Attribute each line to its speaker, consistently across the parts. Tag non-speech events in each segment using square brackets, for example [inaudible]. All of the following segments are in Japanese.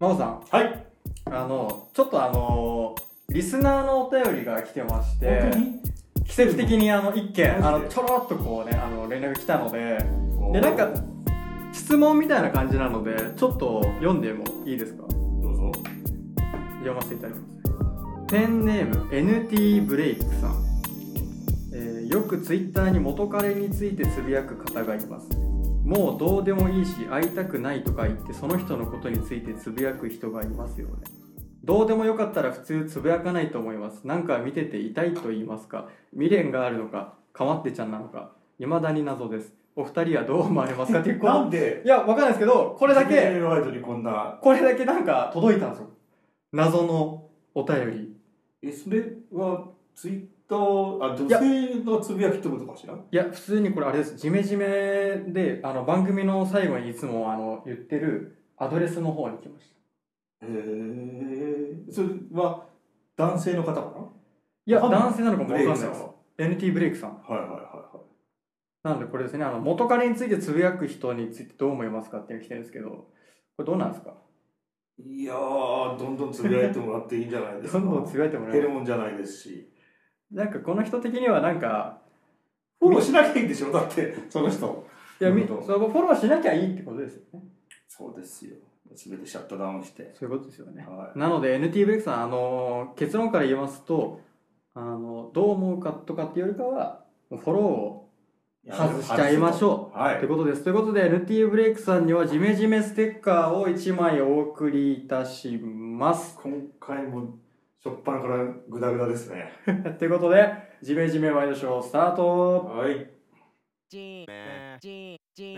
Speaker 1: 真帆さん
Speaker 2: はい。
Speaker 1: あのちょっとあのリスナーのお便りが来てまして奇跡的にあの一件あ
Speaker 2: マジ
Speaker 1: の
Speaker 2: で
Speaker 1: ちょろっとこうねあの連絡来たので
Speaker 2: に
Speaker 1: でなんか質問みたいな感じなのでちょっと読んでもいいですか
Speaker 2: どうぞ。
Speaker 1: 読ませていただきますペンネーム NT ブレイクさん、えーよくツイッターに元彼についてつぶやく方がいますもうどうでもいいし会いたくないとか言ってその人のことについてつぶやく人がいますよねどうでもよかったら普通つぶやかないと思いますなんか見てて痛いと言いますか未練があるのかかまってちゃんなのか未だに謎ですお二人はどう思われますかっていうこ
Speaker 2: なん
Speaker 1: の
Speaker 2: で、
Speaker 1: いやわかんないですけどこ
Speaker 2: こ
Speaker 1: れだ
Speaker 2: ジ
Speaker 1: け
Speaker 2: ェネラルワイドにこんな。
Speaker 1: これだけなんか届いたんですよ謎のお便り
Speaker 2: え、それは、ツイッター、あ、女性のつぶやきってことかしら
Speaker 1: いや普通にこれあれですジメジメであの番組の最後にいつもあの言ってるアドレスの方に来ました
Speaker 2: へえ。それは、男性の方かない
Speaker 1: や
Speaker 2: わかんない
Speaker 1: 男性なのかもわかんないです
Speaker 2: ブレイクさんは
Speaker 1: NT ブレイクさん
Speaker 2: はいはいはいはい。
Speaker 1: なんでこれですねあの元彼についてつぶやく人についてどう思いますかっていうの来てるんですけどこれどうなんですか
Speaker 2: いやー、どんどんつぶやいてもらっていいんじゃないです
Speaker 1: ど
Speaker 2: か。
Speaker 1: んどんつぶやいてもらえ
Speaker 2: 減る
Speaker 1: る
Speaker 2: もんじゃないですし。
Speaker 1: なんかこの人的にはなんか
Speaker 2: フォローしなきゃいいんでしょだって、その人。
Speaker 1: いやみ
Speaker 2: なるほど
Speaker 1: そのフォローしなきゃいいってことですよね
Speaker 2: そうですよ。すべてシャットダウンして。
Speaker 1: そういうことですよね
Speaker 2: は
Speaker 1: なので NT ブレイクさん、あの結論から言いますと、あのどう思うかとかっていうよりかはフォローを
Speaker 2: い。
Speaker 1: 外しちゃいましょ
Speaker 2: う。は
Speaker 1: う
Speaker 2: い
Speaker 1: という。ことですということで NT ブレイクさんにはジメジメステッカーを1枚お送りいたします
Speaker 2: 今回も、しょっぱなからグダグダですね。
Speaker 1: ということでジメジメワイドショースタート
Speaker 2: はい。
Speaker 3: G G G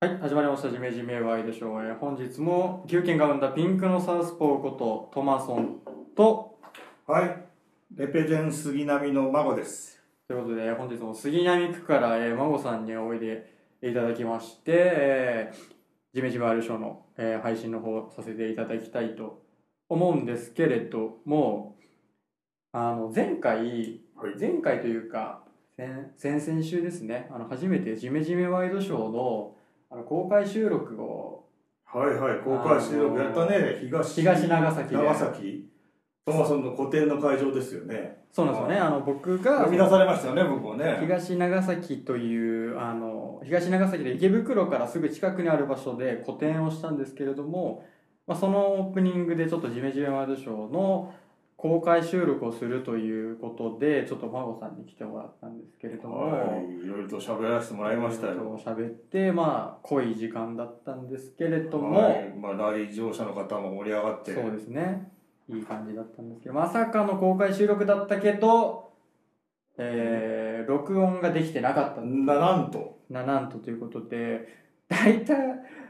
Speaker 1: はい始まりましたジメジメワイドショー、えー本日も牛軒が生んだピンクのサウスポーことトマソンと
Speaker 2: はい。レペゼン杉並の孫です。
Speaker 1: ということで、本日も杉並区から、えー、孫さんにおいでいただきまして、えー、ジメジメあるショーの、えー配信の方させていただきたいと思うんですけれども、あの、前回、
Speaker 2: はい
Speaker 1: 前回というか、先先々週ですね、あの、初めてジメジメワイドショーのあの公開収録を、
Speaker 2: はいはい。公開収録やったね。東。
Speaker 1: 東長崎で
Speaker 2: 長崎。トマソンの個展の会場ですよね。
Speaker 1: そうなんですよね、あの、僕が
Speaker 2: 生、み出されましたよね、僕もね。
Speaker 1: 東長崎というあの東長崎で池袋からすぐ近くにある場所で個展をしたんですけれども、まあ、そのオープニングでちょっと「ジメジメワイドショー」の公開収録をするということでちょっと孫さんに来てもらったんですけれども、
Speaker 2: はい。いろいろと喋らせてもらいました
Speaker 1: ちょ
Speaker 2: よ
Speaker 1: っ。と喋ってまあ濃い時間だったんですけれども、
Speaker 2: はいまあ、来場者の方も盛り上がって。
Speaker 1: そうですねいい感じだったんですけどまさかの公開収録だったけど、えー録音ができてなかった
Speaker 2: な、なんと。
Speaker 1: ななんとということで [laughs] 大体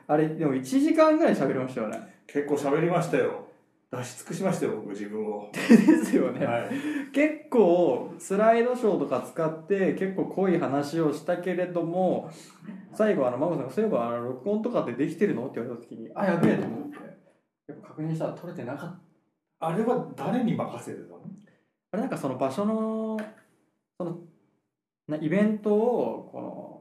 Speaker 1: あれでも1時間ぐらい喋りましたよね [laughs]
Speaker 2: 結構喋りましたよ。出し尽くしましたよ、僕自分 [laughs] を。
Speaker 1: ですよね、
Speaker 2: はい。
Speaker 1: 結構スライドショーとか使って結構濃い話をしたけれども最後あの真帆さんが「そういえばあの録音とかってできてるの?」って言われた時に「あやべえ」と思ってやっぱ確認したら撮れてなかった
Speaker 2: あれは誰に任せてたの
Speaker 1: あれなんかその場所のそのなイベントをこの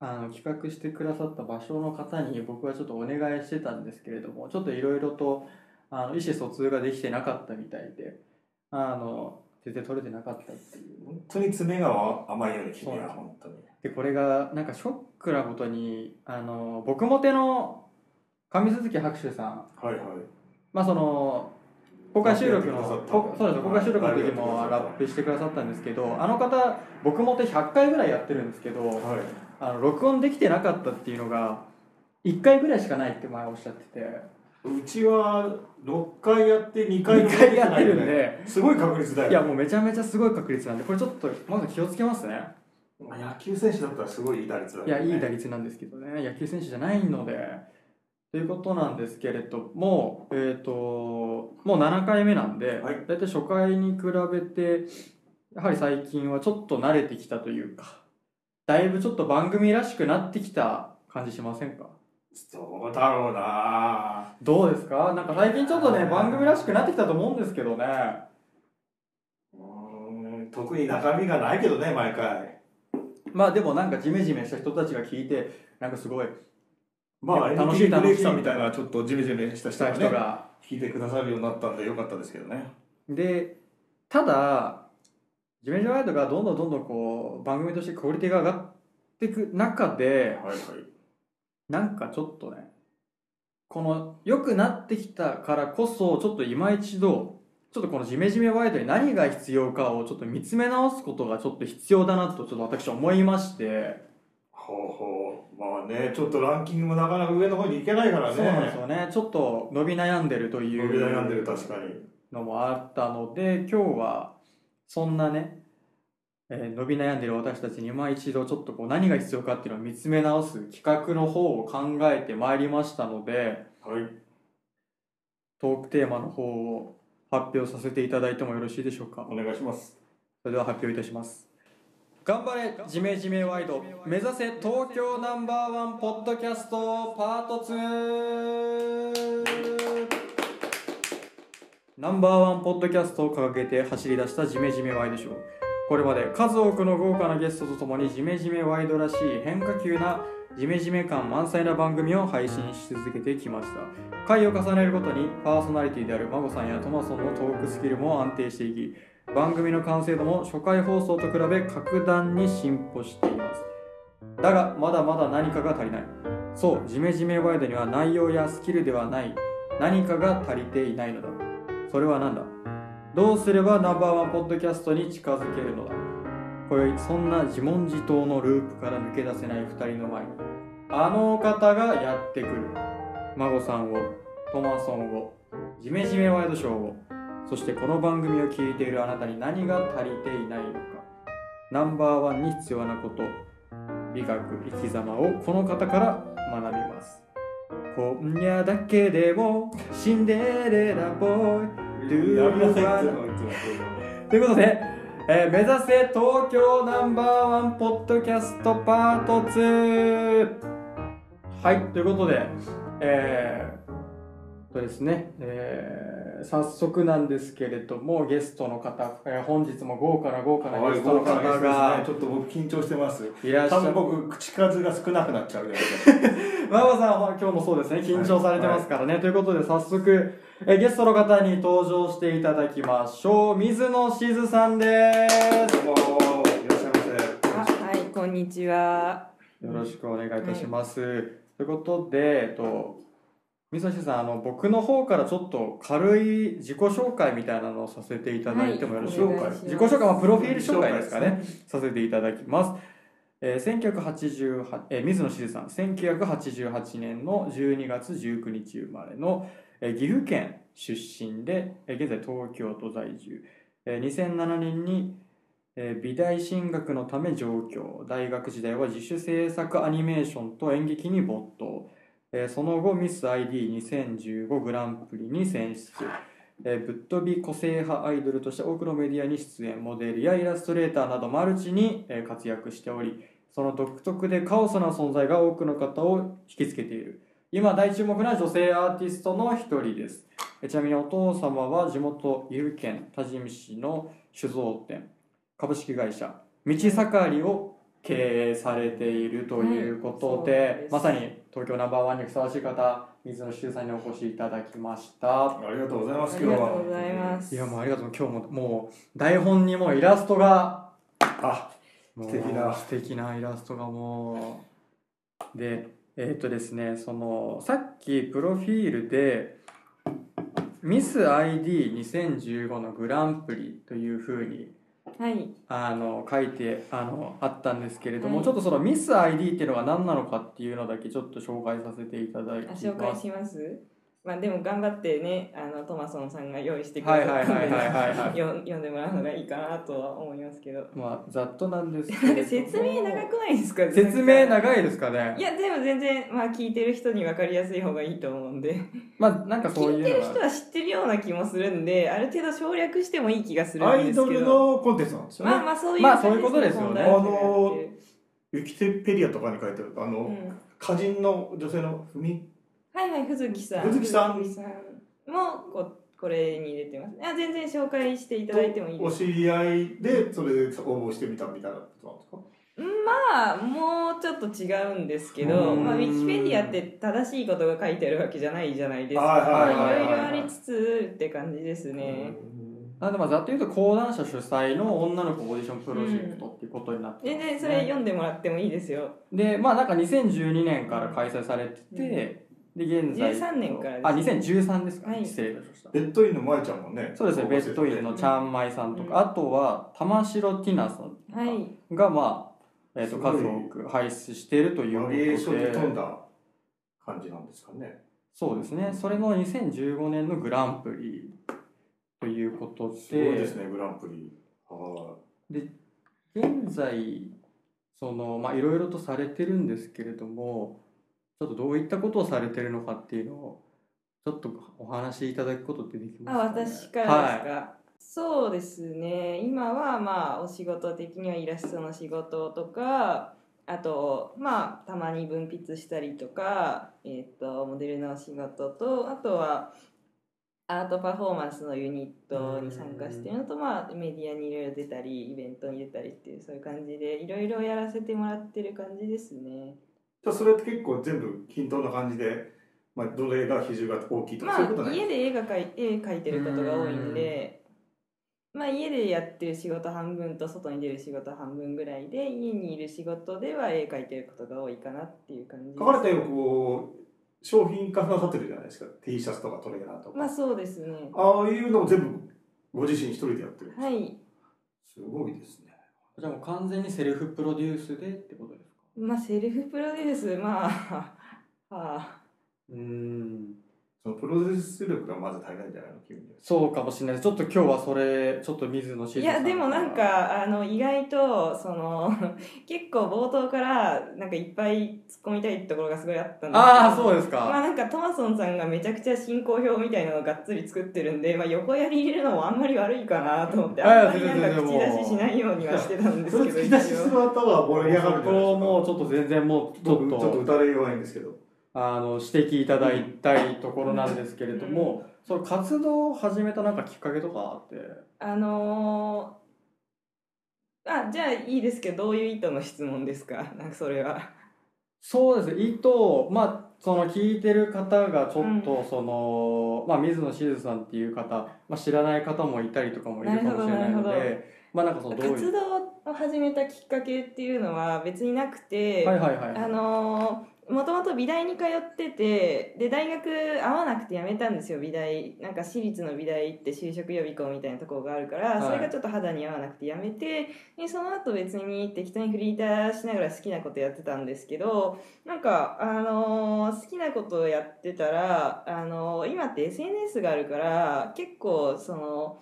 Speaker 1: あの企画してくださった場所の方に僕はちょっとお願いしてたんですけれどもちょっといろいろとあの意思疎通ができてなかったみたいであの全然取れてなかったっていう
Speaker 2: 本当に爪が甘いように君
Speaker 1: そうなん
Speaker 2: は
Speaker 1: です
Speaker 2: 本当に。
Speaker 1: でこれがなんかショックなことにあの僕もての上鈴木白秋さん
Speaker 2: はいはい。
Speaker 1: まあその公開収録の
Speaker 2: ラップやってくださった
Speaker 1: こそうです公開収録の時
Speaker 2: は
Speaker 1: も
Speaker 2: い
Speaker 1: ラップしてくださったんですけどあの方僕もって100回ぐらいやってるんですけど
Speaker 2: はい。
Speaker 1: あの録音できてなかったっていうのが1回ぐらいしかないって前おっしゃってて
Speaker 2: うちは6回やって2回
Speaker 1: 2回やってるんで
Speaker 2: ですごい確率だよ
Speaker 1: いやもうめちゃめちゃすごい確率なんでこれちょっとまず気をつけますね
Speaker 2: まあ野球選手だったらすごいいい打率だ
Speaker 1: い
Speaker 2: よ
Speaker 1: や
Speaker 2: ね
Speaker 1: いい打率なんですけどね野球選手じゃないのでということなんですけれども、えー、ともう7回目なんで、
Speaker 2: はい
Speaker 1: だいたい初回に比べてやはり最近はちょっと慣れてきたというかだいぶちょっと番組らしくなってきた感じしませんか
Speaker 2: そうだろうな
Speaker 1: どうですかなんか最近ちょっとね番組らしくなってきたと思うんですけどね
Speaker 2: うーん特に中身がないけどね毎回
Speaker 1: まあでもなんかジメジメした人たちが聞いてなんかすごい
Speaker 2: まあ
Speaker 1: 楽しい
Speaker 2: NTT ブレイ
Speaker 1: 楽
Speaker 2: キ
Speaker 1: しい
Speaker 2: さんみたいなちょっとジメジメした
Speaker 1: し
Speaker 2: 人
Speaker 1: た
Speaker 2: が
Speaker 1: 人
Speaker 2: ね
Speaker 1: が
Speaker 2: 聞いてくださるようになったんでよかったですけどね
Speaker 1: でただジメジメワイドがどんどんどんどんこう番組としてクオリティが上がっていく中で
Speaker 2: はいはい
Speaker 1: なんかちょっとねこの良くなってきたからこそちょっと今一度ちょっとこのジメジメワイドに何が必要かをちょっと見つめ直すことがちょっと必要だなとちょっと私は思いまして、
Speaker 2: ほうほうまあねちょっとランキングもなかなか上の方に行けないからね
Speaker 1: そうなんですよねちょっと伸び悩んでるという
Speaker 2: 伸び悩んでる確かに
Speaker 1: のもあったので今日はそんなね、えー伸び悩んでる私たちに今一度ちょっとこう何が必要かっていうのを見つめ直す企画の方を考えてまいりましたので
Speaker 2: はい
Speaker 1: トークテーマの方を発表させていただいてもよろしいでしょうか
Speaker 2: お願いします
Speaker 1: それでは発表いたします頑張れジメジメワイド目指せ東京ナンバーワンポッドキャストパート2ナンバーワンポッドキャストを掲げて走り出したジメジメワイドショーこれまで数多くの豪華なゲストとともにジメジメワイドらしい変化球なジメジメ感満載な番組を配信し続けてきました回を重ねるごとにパーソナリティであるマゴさんやトマソンのトークスキルも安定していき番組の完成度も初回放送と比べ格段に進歩していますだがまだまだ何かが足りないそうジメジメワイドには内容やスキルではない何かが足りていないのだそれは何だどうすればナンバーワンポッドキャストに近づけるのだ今宵そんな自問自答のループから抜け出せない2人の前にあのお方がやってくる孫さんをトマソンをジメジメワイドショーをそしてこの番組を聞いているあなたに何が足りていないのかナンバーワンに必要なこと美学生き様をこの方から学びます今夜だけでもシンデレラボーイ
Speaker 2: やめなさいってのいつもそういうの
Speaker 1: ということで、えー目指せ東京ナンバーワンポッドキャストパート2はいということでえー、とですね、えー早速なんですけれどもゲストの方、えー本日も豪華な豪華な
Speaker 2: は
Speaker 1: ゲ
Speaker 2: い、
Speaker 1: ストの
Speaker 2: 豪
Speaker 1: 方
Speaker 2: 華なゲスト
Speaker 1: が
Speaker 2: ですね。ちょっと僕緊張してます。
Speaker 1: いらっしゃ
Speaker 2: 多
Speaker 1: る
Speaker 2: 分僕口数が少なくなっちゃうじゃないですか。
Speaker 1: ママさんは今日もそうですね緊張されてますからね、ということで早速、えーゲストの方に登場していただきましょう水野しずさんです
Speaker 2: どうもいらっしゃいま
Speaker 4: あはい、こんにちは。
Speaker 1: よろしくお願いいたします。ということで、えっと、水野さん、あの、僕の方からちょっと軽い自己紹介みたいなのをさせていただいてもよろしい
Speaker 2: はい
Speaker 1: です
Speaker 2: お願い
Speaker 1: か、
Speaker 2: します
Speaker 1: 自己紹介はプロフィール紹介ですか
Speaker 2: 紹
Speaker 1: ね、させていただきます。えー、1988えー水野静さん1988年の12月19日生まれの、えー岐阜県出身で、えー現在東京都在住、えー2007年に、えー美大進学のため上京大学時代は自主制作アニメーションと演劇に没頭、えーその後ミス ID2015 グランプリに選出、えーぶっ飛び個性派アイドルとして多くのメディアに出演モデルやイラストレーターなどマルチにえー活躍しておりその独特でカオスな存在が多くの方を引きつけている今大注目な女性アーティストの一人ですえーちなみにお父様は地元岐阜県多治見市の酒造店株式会社道盛りを経営されているということで,、
Speaker 4: うんそうです
Speaker 1: まさに東京ナンバーワンにふさわしい方水野修さんにお越しいただきました
Speaker 2: ませ。ありがとうございま
Speaker 4: あ
Speaker 2: す。
Speaker 4: り
Speaker 2: 今日
Speaker 4: が
Speaker 2: は。
Speaker 4: とうございます。
Speaker 1: いやもうありがとう今日ももう台本にもうイラストが
Speaker 2: あ、
Speaker 1: もう
Speaker 2: 素敵な
Speaker 1: 素敵なイラストがもうでえーっとですねそのさっきプロフィールでミス ID2015 のグランプリというふうに
Speaker 4: はい、
Speaker 1: あの書いてあのあったんですけれども、
Speaker 4: はい
Speaker 1: ちょっとそのミス ID っていうのが何なのかっていうのだけちょっと紹介させていただき
Speaker 4: あ
Speaker 1: ます
Speaker 4: 紹介します。まあでも頑張ってねあのトマソンさんが用意してく
Speaker 1: は
Speaker 4: れ
Speaker 1: いはいはいはい
Speaker 4: た
Speaker 1: はいは
Speaker 4: [laughs]
Speaker 1: い
Speaker 4: よ読んでもらうのがいいかなとは思いますけど
Speaker 1: まあざっとなんですけ
Speaker 4: なん
Speaker 1: れ
Speaker 4: か
Speaker 1: ども
Speaker 4: 説明長くないですか
Speaker 1: 説明
Speaker 4: なんか
Speaker 1: 長いですかね
Speaker 4: いやでも全然まあ聞いてる人に分かりやすい方がいいと思うんで
Speaker 1: まあなんかそう
Speaker 4: 聞
Speaker 1: い
Speaker 4: いて
Speaker 1: う
Speaker 4: る
Speaker 1: の
Speaker 4: 人
Speaker 1: は
Speaker 4: は知ってるような気もするんである程度省略してもいい気がする
Speaker 2: ア
Speaker 4: んで
Speaker 2: イ
Speaker 4: す
Speaker 2: ド
Speaker 4: け
Speaker 2: ル
Speaker 4: ど
Speaker 2: のコンテンツなんですよね、
Speaker 4: まあまあそういう
Speaker 1: まあそういうことですよね
Speaker 4: 感じです本来
Speaker 2: ウィキペディアとかに書いてあるあの、
Speaker 4: うん
Speaker 2: 歌人の女性のふみ
Speaker 4: はいはい、ふずきさん。
Speaker 2: 藤木さん
Speaker 4: 藤木もここれに入れてます。あ全然紹介していただいてもいいで
Speaker 2: お
Speaker 4: す。
Speaker 2: 知り合いでそれで応募してみたみたいなことなんですか
Speaker 4: まあもうちょっと違うんですけ
Speaker 1: う
Speaker 4: ど、
Speaker 1: ーん
Speaker 4: まあウィキペディアって正しいことが書いてあるわけじゃないじゃないですか。
Speaker 2: はい
Speaker 4: ま
Speaker 1: は
Speaker 4: あ
Speaker 1: いはいい
Speaker 4: ろ
Speaker 1: はい
Speaker 4: いろありつつって感じですね。
Speaker 1: あでもざっと言うと講談社主催の女の子オーディションプロジェクトっていうことになって
Speaker 4: 全
Speaker 1: ますね
Speaker 4: 然それ読んでもらってもいいですよ。
Speaker 1: でまあなんか2012年から開催されてて、で現在
Speaker 4: 13年から
Speaker 1: あ2013ですか、
Speaker 4: はい
Speaker 1: 失礼いたしました
Speaker 2: ベッドインのまえちゃんもね
Speaker 1: そうですねベッドイン
Speaker 2: の
Speaker 1: のチャンマイさんとか、
Speaker 4: うん
Speaker 1: あとは玉城ティナさん
Speaker 4: はい。
Speaker 1: がまあ、えー、と
Speaker 2: すごい
Speaker 1: 数多く輩出しているという
Speaker 2: バ
Speaker 1: こ
Speaker 2: リエーシ
Speaker 1: と
Speaker 2: ョンに富ん
Speaker 1: で
Speaker 2: だ感じなんですかね
Speaker 1: そうですねそれの2015年のグランプリということです
Speaker 2: ごいですねグランプリは
Speaker 1: 現在そのまあいろいろとされてるんですけれどもちょっとどういったことをされてるのかっていうのをちょっとお話しいただくことってできます
Speaker 4: あ
Speaker 1: か、ね、
Speaker 4: 私からです
Speaker 1: はい
Speaker 4: か、そうですね今はまあお仕事的にはイラストの仕事とかあとまあたまに分泌したりとか、えっとモデルの仕事とあとはアートパフォーマンスのユニットに参加してるのと、まあ、メディアにいろいろ出たりイベントに出たりっていうそういう感じでいろいろやらせてもらってる感じですね。
Speaker 2: じゃあそれって結構全部均等な感じで、まあ、どれが比重が大きいとか、
Speaker 4: ま
Speaker 2: そういうこと
Speaker 4: あ、
Speaker 2: ない
Speaker 4: 家で絵が描い絵描いてることが多いんで、まあ、家でやってる仕事半分と外に出る仕事半分ぐらいで家にいる仕事では絵描いてることが多いかなっていう感じです
Speaker 2: 書かれたようにこう商品化なさってるじゃないですか T シャツとかトレーナーとか、
Speaker 4: まあそうですね
Speaker 2: ああいうのも全部ご自身一人でやってるんですか
Speaker 4: はい
Speaker 2: すごいですね
Speaker 1: じゃあもう完全にセルフプロデュースでってことですか
Speaker 4: まあセルフプロデュースまあ [laughs] はあ
Speaker 1: うーん
Speaker 2: そのプロデュース力がまず足りないんじゃないの君に
Speaker 1: そうかもしれないですちょっと今日はそれちょっと水野静
Speaker 4: い
Speaker 1: 香さ
Speaker 4: や
Speaker 1: ん
Speaker 4: でもなんかあの意外とその [laughs] 結構冒頭からなんかいっぱい突っ込みたいところがすごいあったんですけど
Speaker 1: ああそうですか、
Speaker 4: まあなんかトマソンさんがめちゃくちゃ進行表みたいなのをがっつり作ってるんで、まあ、横やり入れるのもあんまり悪いかなと思って
Speaker 1: いや
Speaker 4: あんまりなん
Speaker 1: 全然
Speaker 4: か口
Speaker 1: 全然
Speaker 4: 出ししないようにはしてたんで
Speaker 1: [laughs]
Speaker 4: す
Speaker 2: そ
Speaker 4: け
Speaker 2: れ
Speaker 4: ど
Speaker 2: 突き
Speaker 4: 一
Speaker 2: 出しする
Speaker 4: 応
Speaker 2: 頭は盛り上がる
Speaker 1: そ
Speaker 2: んじゃ
Speaker 1: こ
Speaker 2: ないです
Speaker 1: を
Speaker 2: か
Speaker 1: もうちょっと全然もうちょっ
Speaker 2: 僕ちょっと
Speaker 1: と
Speaker 2: 打たれ弱いんですけど
Speaker 1: あの指摘いただいたいところなんですけれども、その活動を始めたなんかきっかけとかあって
Speaker 4: あのーあじゃあいいですけどどういう意図の質問ですかなんかそれは
Speaker 1: そうですね意図まあその聞いてる方がちょっ
Speaker 4: う
Speaker 1: とその、まあ、水野静さんっていう方、まあ、知らない方もいたりとかもいるかもしれないの
Speaker 4: なるほどなる
Speaker 1: でまあなんかそのどうい
Speaker 4: 活
Speaker 1: う
Speaker 4: 動を始めたきっかけっていうのは別になくて、
Speaker 1: はいはいはい
Speaker 4: あのーもともと美大に通っててで大学合わなくて辞めたんですよ美大なんか私立の美大って就職予備校みたいなところがあるから、
Speaker 1: はい
Speaker 4: それがちょっと肌に合わなくて辞めてでその後別に適当にフリーターしながら好きなことやってたんですけどなんか、あのー好きなことをやってたら、あのー今って SNS があるから結構その好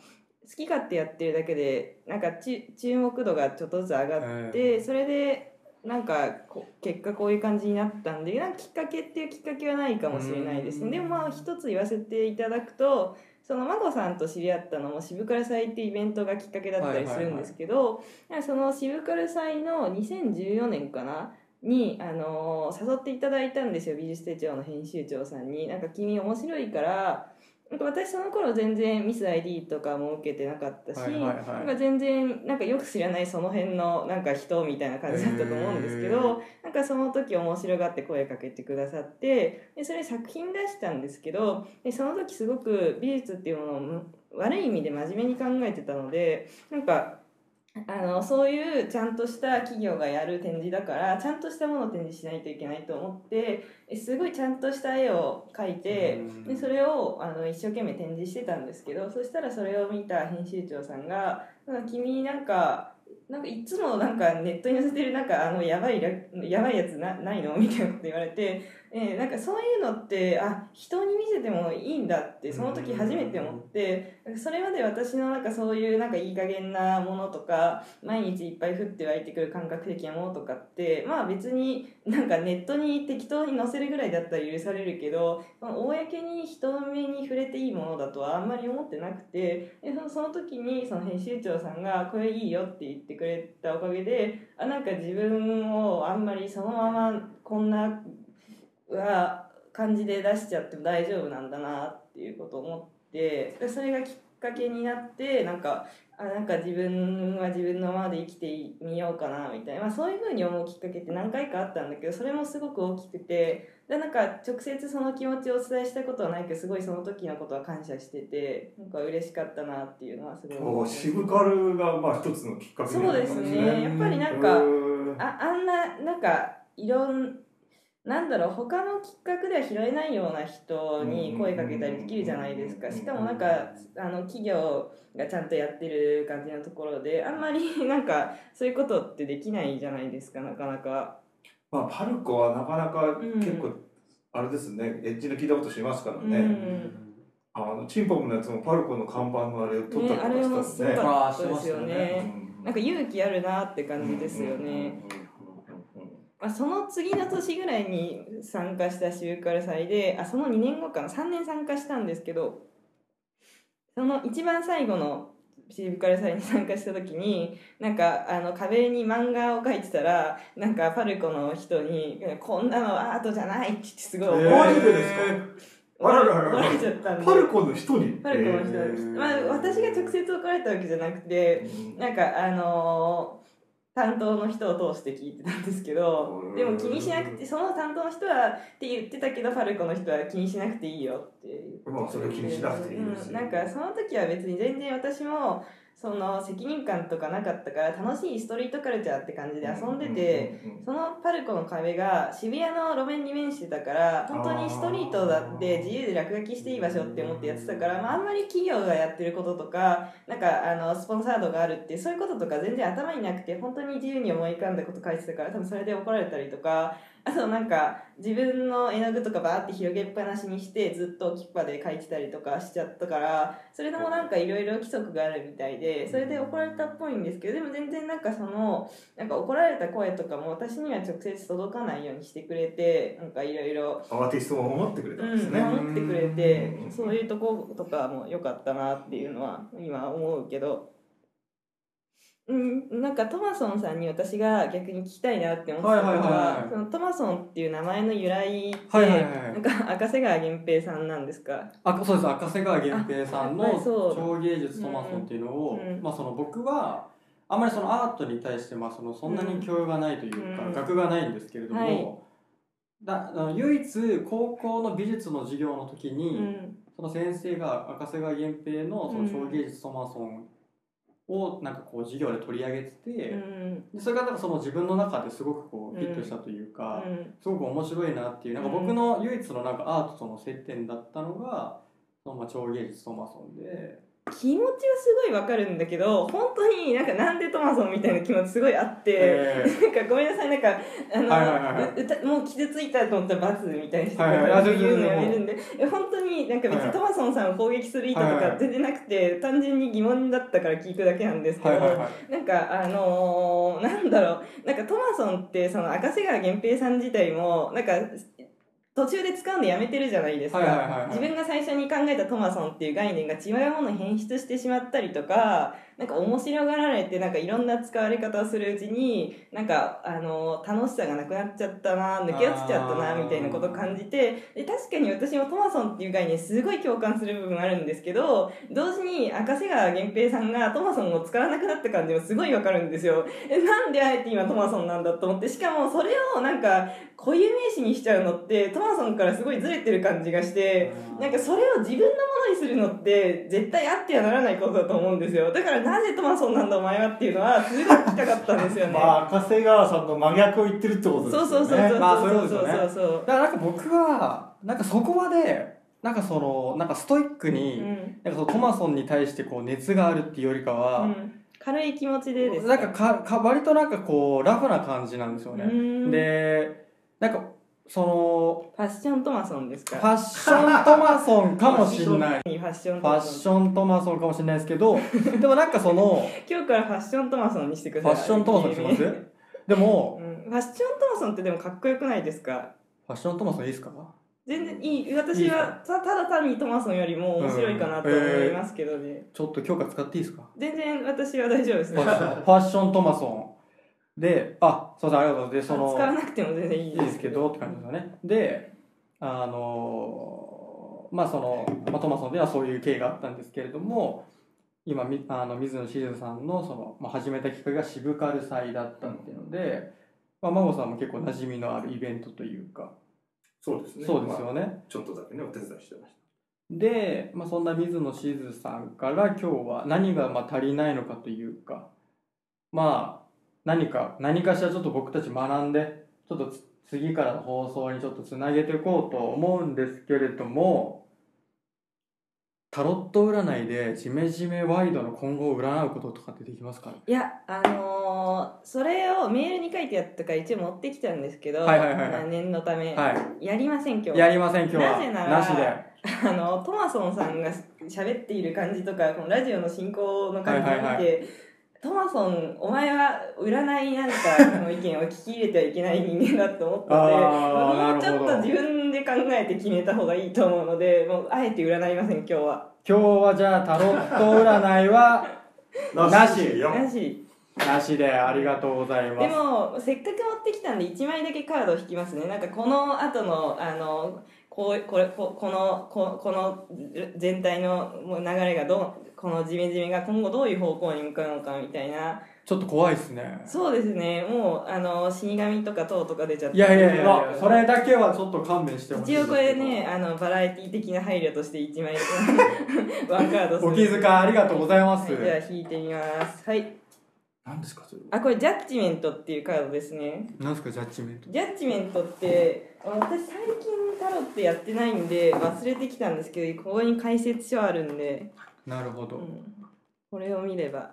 Speaker 4: き勝手やってるだけでなんかち注目度がちょっとずつ上がって
Speaker 1: え
Speaker 4: でそれでなんかこ結果こういう感じになったんでなんかきっかけっていうきっかけはないかもしれないです
Speaker 1: うん
Speaker 4: ねでもまあ一つ言わせていただくとその孫さんと知り合ったのも渋辛祭ってイベントがきっかけだったりするんですけど、なんかその渋辛祭の2014年かなに、あのー誘っていただいたんですよ美術手帳の編集長さんに。なんか君面白いからなんか私その頃全然ミス ID とかも受けてなかったし、
Speaker 1: はいはいはい
Speaker 4: なんか全然なんかよく知らないその辺のなんか人みたいな感じだったと思うんですけ
Speaker 1: へ
Speaker 4: ど、なんかその時面白がって声かけてくださってでそれ作品出したんですけどでその時すごく美術っていうものをむ悪い意味で真面目に考えてたのでなんかあのそういうちゃんとした企業がやる展示だからちゃんとしたものを展示しないといけないと思ってえすごいちゃんとした絵を描いて。
Speaker 1: うん
Speaker 4: でそれをあの一生懸命展示してたんですけどそしたらそれを見た編集長さんが「なんか君なんかなんかい [laughs] つもなんかネットに載せてるなんかあのやばいらやばいやつなないの?」みたいなこと言われてえーなんかそういうのってあ人に見せてもいいんだってその時初めて思ってなんかそれまで私のなんかそういうなんかいい加減なものとか毎日いっぱい降って湧いてくる感覚的なものとかってまあ別になんかネットに適当に載せるぐらいだったら許されるけど、まあ公に人目に触れていいものだとはあんまり思ってなくてでそのその時にその編集長さんが「これいいよ」って言ってくれたおかげであなんか自分をあんまりそのままこんなは感じで出しちゃっても大丈夫なんだなっていうことを思ってでそれがきっかけになってなんかあなんか自分は自分のままで生きてみようかなみたいな、まあ、そういうふうに思うきっかけって何回かあったんだけどそれもすごく大きくてでなんか直接その気持ちをお伝えしたことはないけどすごいその時のことは感謝しててなんか嬉しかったなっていうのはすごい
Speaker 2: お
Speaker 4: 思
Speaker 2: ー
Speaker 4: います
Speaker 2: シブカルがまあ一つのきっかけ
Speaker 4: そうですねやっぱりなんか、ああんななんかいろんなんだろう他の企画では拾えないような人に声かけたりできるじゃないですか
Speaker 2: うんうんうん
Speaker 4: しかもなんかあの企業がちゃんとやってる感じのところであんまり [laughs] なんかそういうことってできないじゃないですかなかなか
Speaker 2: まあ、パルコはなかなか
Speaker 4: うん
Speaker 2: 結構、あれですねエッジの聞いたことしますからね、
Speaker 4: うん
Speaker 2: あのチンポムのやつもパルコの看板のあれを取ったりと
Speaker 4: ねあ
Speaker 2: か
Speaker 4: れも
Speaker 2: し
Speaker 4: す
Speaker 2: た
Speaker 4: ご
Speaker 2: もんね
Speaker 4: かったですよ
Speaker 1: あーしてました
Speaker 4: ね
Speaker 2: う
Speaker 4: なんか勇気あるなって感じですよね、
Speaker 2: うんうんうんうん
Speaker 4: まあ、その次の年ぐらいに参加したシューカル祭であその2年後かな3年参加したんですけどその一番最後のシューカル祭に参加した時になんかあの壁に漫画を描いてたらなんかパルコの人に「こんなのアートじゃない!」って言ってすごい怒ら
Speaker 2: マ
Speaker 4: れ
Speaker 2: ジ
Speaker 4: 怒
Speaker 2: でですかあらららら
Speaker 4: られちゃったんで
Speaker 2: パルコの人に
Speaker 4: パルコの人、
Speaker 2: えー
Speaker 4: まあ、私が直接怒られたわけじゃなくて
Speaker 2: うん
Speaker 4: なんかあのー担当の人を通して聞いてたんですけど
Speaker 2: うん
Speaker 4: でも気にしなくてその担当の人はって言ってたけどパルコの人は気にしなくていいよって言って
Speaker 2: まあそれは気にしなくていいですよ
Speaker 4: うんなんかその時は別に全然私もその責任感とかなかったから楽しいストリートカルチャーって感じで遊んでて、
Speaker 2: うんうんうん
Speaker 4: そのパルコの壁が渋谷の路面に面してたから本当にストリートだって自由で落書きしていい場所って思ってやってたから、まあ、あんまり企業がやってることとかなんかあのスポンサードがあるってそういうこととか全然頭になくて本当に自由に思い浮かんだこと書いてたから多分それで怒られたりとかあとなんか自分の絵の具とかバーって広げっぱなしにしてずっとキッパで書いてたりとかしちゃったからそれでもなんかいろいろ規則があるみたいでそれで怒られたっぽいんですけどでも全然なんかその。なんか怒られた声とかも私には直接届かないようにしてくれてなんかいろいろ
Speaker 2: アーティストも守ってくれたんですね、
Speaker 1: うん
Speaker 4: 守ってくれて
Speaker 2: うん
Speaker 4: そういうとことかも良かったなっていうのは今思うけど。うん、なんかトマソンさんに私が逆に聞きたいなって思ってたの
Speaker 1: はいはいはいは
Speaker 4: はいそのトマソンっていう名前の由来って、
Speaker 1: はいはいはいはい
Speaker 4: なんか赤瀬川源平さんなんですか
Speaker 1: あそうです赤瀬川源平さんの
Speaker 4: あはいそう
Speaker 1: 超芸術トマソンっていうのを、
Speaker 4: うん
Speaker 1: まあ、その僕はあんまりそのアートに対してまあそのそんなに教養がないというか、
Speaker 4: うん
Speaker 1: 学がないんですけれども、
Speaker 4: はい
Speaker 1: だあの唯一高校の美術の授業の時
Speaker 4: う
Speaker 1: に、
Speaker 4: ん
Speaker 1: その先生が赤瀬川源平のその超芸術トマソンをなんかこう授業で取り上げてて、
Speaker 4: うん
Speaker 1: でそれがなんかその自分の中ですごくこうフィットしたというか。
Speaker 4: うん
Speaker 1: すごく面白いなっていうなんか
Speaker 4: うん
Speaker 1: 僕の唯一のなんかアートとの接点だったのが、そのまあ超芸術トマソンで
Speaker 4: 気持ちはすごいわかるんだけど本当になんかなんでトマソンみたいな気持ちすごいあって、
Speaker 1: えー
Speaker 4: なんかごめんなさいなんかあの、
Speaker 1: はいはいはいはいう
Speaker 4: うたもう傷ついたと思ったら罰みたいにして
Speaker 1: はいはいあ全然
Speaker 4: 言うのやめるんでえ本当になんか別
Speaker 1: はいは
Speaker 4: に
Speaker 1: い
Speaker 4: トマソンさんを攻撃する意図と
Speaker 1: はいは
Speaker 4: か
Speaker 1: い
Speaker 4: 全然なくて、単純に疑問だったから聞くだけなんですけど、
Speaker 1: はいはいはい
Speaker 4: なんかあのーなんだろうなんかトマソンってその赤瀬川源平さん自体もなんか途中で使うんでやめてるじゃないですか、
Speaker 1: はいはいはいはい
Speaker 4: 自分が最初に考えたトマソンっていう概念が違うものに変質してしまったりとかなんか面白がられてなんかいろんな使われ方をするうちになんかあの楽しさがなくなっちゃったな抜け落ちちゃった
Speaker 1: あ
Speaker 4: な
Speaker 1: ー
Speaker 4: みたいなことを感じてで確かに私もトマソンっていう概念すごい共感する部分あるんですけど同時に赤瀬川源平さんがトマソンを使わなくなった感じもすごいわかるんですよ。えなんであえて今トマソンなんだと思ってしかもそれをなんか固有名詞にしちゃうのってトマソンからすごいずれてる感じがして。なんかそれを自分のものにするのって絶対あってはならないことだと思うんですよだからなぜトマソンなんだお前はっていうのはすごい聞きたかったんですよね、
Speaker 2: まあ赤瀬川さんの真逆を言ってるってことです
Speaker 4: そ
Speaker 2: よ
Speaker 4: う
Speaker 2: ね
Speaker 4: そうそうそうそう
Speaker 1: まあそういうこと
Speaker 4: そ
Speaker 1: で
Speaker 4: う
Speaker 1: すよね
Speaker 4: そうそう
Speaker 1: だからなんか僕はなんかそこまでなんかそのなんかストイックに、
Speaker 4: うん
Speaker 1: なんかそのトマソンに対してこう熱があるっていうよりか
Speaker 4: う
Speaker 1: は、
Speaker 4: ん軽い気持ちでです
Speaker 1: なんかかか割となんかこうラフな感じなんですよね。
Speaker 4: うん
Speaker 1: でなんかそ
Speaker 4: ファッショントマソンです
Speaker 1: のファ
Speaker 4: か
Speaker 1: ッショントマソンかもしんない
Speaker 4: ファッション
Speaker 1: フ
Speaker 4: ト
Speaker 1: ァ
Speaker 4: マ
Speaker 1: ッ
Speaker 4: ソン
Speaker 1: ショントマソンかもしれないですけ
Speaker 4: [laughs]
Speaker 1: どでもなんかその
Speaker 4: 今日からファッショントマソンにしてくだ
Speaker 1: フ
Speaker 4: さ
Speaker 1: ァッ
Speaker 4: い
Speaker 1: ショントマソンにしますでも
Speaker 4: うん、ファッショントマソンってでもかっこよくないですか
Speaker 1: ファッショントマソンいいですか
Speaker 4: 全然いい私はたただ単にトマソンよりも面白いかなと思いますけどね、
Speaker 1: ちょっと今日から使っていいです
Speaker 4: [laughs]
Speaker 1: か
Speaker 4: 全然私は大丈夫です
Speaker 1: ファッションファッショントマソンであすいませんありがとうございますでその
Speaker 4: 使わなくても全然い
Speaker 1: い
Speaker 4: い
Speaker 1: いですけどって感じですよねであのまあその、まあ、トマソンではそういう経緯があったんですけれども今みあの水野静さんのその、まあ、始めたきっかけが渋カル祭だったっていうので、まあ、孫さんも結構馴染みのあるイベントというか、
Speaker 2: そうですね。
Speaker 1: そうです
Speaker 2: ま
Speaker 1: よね、
Speaker 2: あちょっとだけね、お手伝いしてまし
Speaker 1: で、まあ、そんな水野しずさんから今日は何がまあ足りないのかというかまあ何か何かしらちょっと僕たち学んでちょっとつ次からの放送にちょっとつなげていこうと思うんですけれどもタロット占いでジメジメワイドの今後を占うこととかってできますかね
Speaker 4: いやあのーそれをメールに書いてやったから一応持ってきたんですけど、
Speaker 1: はいはいはいはい
Speaker 4: 念のため、
Speaker 1: は
Speaker 4: やりません今
Speaker 1: い
Speaker 4: 日
Speaker 1: やりません今日は
Speaker 4: なぜなら
Speaker 1: しで
Speaker 4: あのトマソンさんが喋っている感じとかこのラジオの進行の感じを見て、
Speaker 1: はいはい
Speaker 4: トマソンお前は占いなんかの意見を聞き入れてはいけない人間だと思ったので
Speaker 1: あー
Speaker 4: もうちょっ
Speaker 1: なる
Speaker 4: と
Speaker 1: ほど
Speaker 4: 自分で考えて決めた方がいいと思うのでもうあえて占いません今日は。
Speaker 1: 今日はじゃあタロット占いは
Speaker 2: た。
Speaker 1: なし
Speaker 2: よ
Speaker 4: なし
Speaker 1: なしでありがとうございます
Speaker 4: でもせっかく持ってきたんで1枚だけカード引きますねなんかこの後のあのこうこれここのここの全体のもう流れがどうこのジメジメが今後どういう方向に向かうのかみたいな
Speaker 1: ちょっと怖いですね
Speaker 4: そうですねもうあの死神とか塔とか出ちゃって
Speaker 1: いやいやいやい
Speaker 4: ま
Speaker 1: や
Speaker 4: あ
Speaker 1: それだけはちょっと勘弁してほしい
Speaker 4: 一応これねあのバラエティ的な配慮として1枚だけ [laughs] ワンカードする
Speaker 1: お気遣いありがとうございま
Speaker 4: は
Speaker 1: す、
Speaker 4: い、では引いてみますはい
Speaker 2: 何ですか、それは。
Speaker 4: あこれジャッジメントっていうカードですね
Speaker 1: なんすかジャッジメント
Speaker 4: ジャッジメントって私最近タロットやってないんで忘れてきたんですけどここに解説書あるんで、
Speaker 1: なるほど、
Speaker 4: うんこれを見れば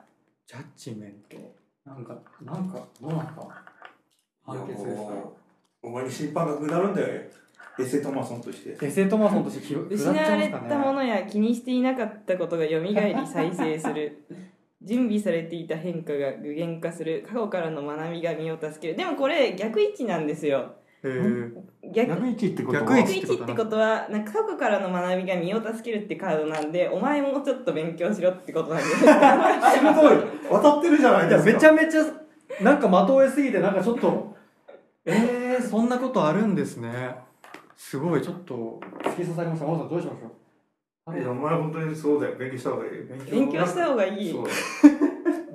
Speaker 1: ジャッジメントなんかなんかどうなんか判決ですか
Speaker 2: お前に審判が下るんだよ。エセトマソンとして。
Speaker 1: エセトマソンとしてひく
Speaker 4: 失
Speaker 1: らっち
Speaker 4: わ
Speaker 1: ゃうんで
Speaker 4: れ
Speaker 1: すか
Speaker 4: たも
Speaker 1: ね
Speaker 4: のや気にしていなかったことがよみがえり再生する [laughs] 準備されていた変化が具現化する過去からの学びが身を助けるでもこれ逆位置なんですよ
Speaker 1: えー、
Speaker 4: 逆
Speaker 2: 逆位置ってことは
Speaker 1: 逆位
Speaker 4: 逆位置ってことはなんか過去からの学びが身を助けるってカードなんでお前もちょっと勉強しろってことなんです
Speaker 2: 鋭い渡ってるじゃない
Speaker 1: い
Speaker 2: で
Speaker 1: や
Speaker 2: すか
Speaker 1: めちゃめちゃなんかまとえすぎてなんかちょっとえー、そんなことあるんですねすごいちょっと突き刺さりました王さんどうしましょう
Speaker 2: いやお前本当にそうだよ勉強した方がいい勉
Speaker 4: [laughs] 勉強した方がいい
Speaker 2: そ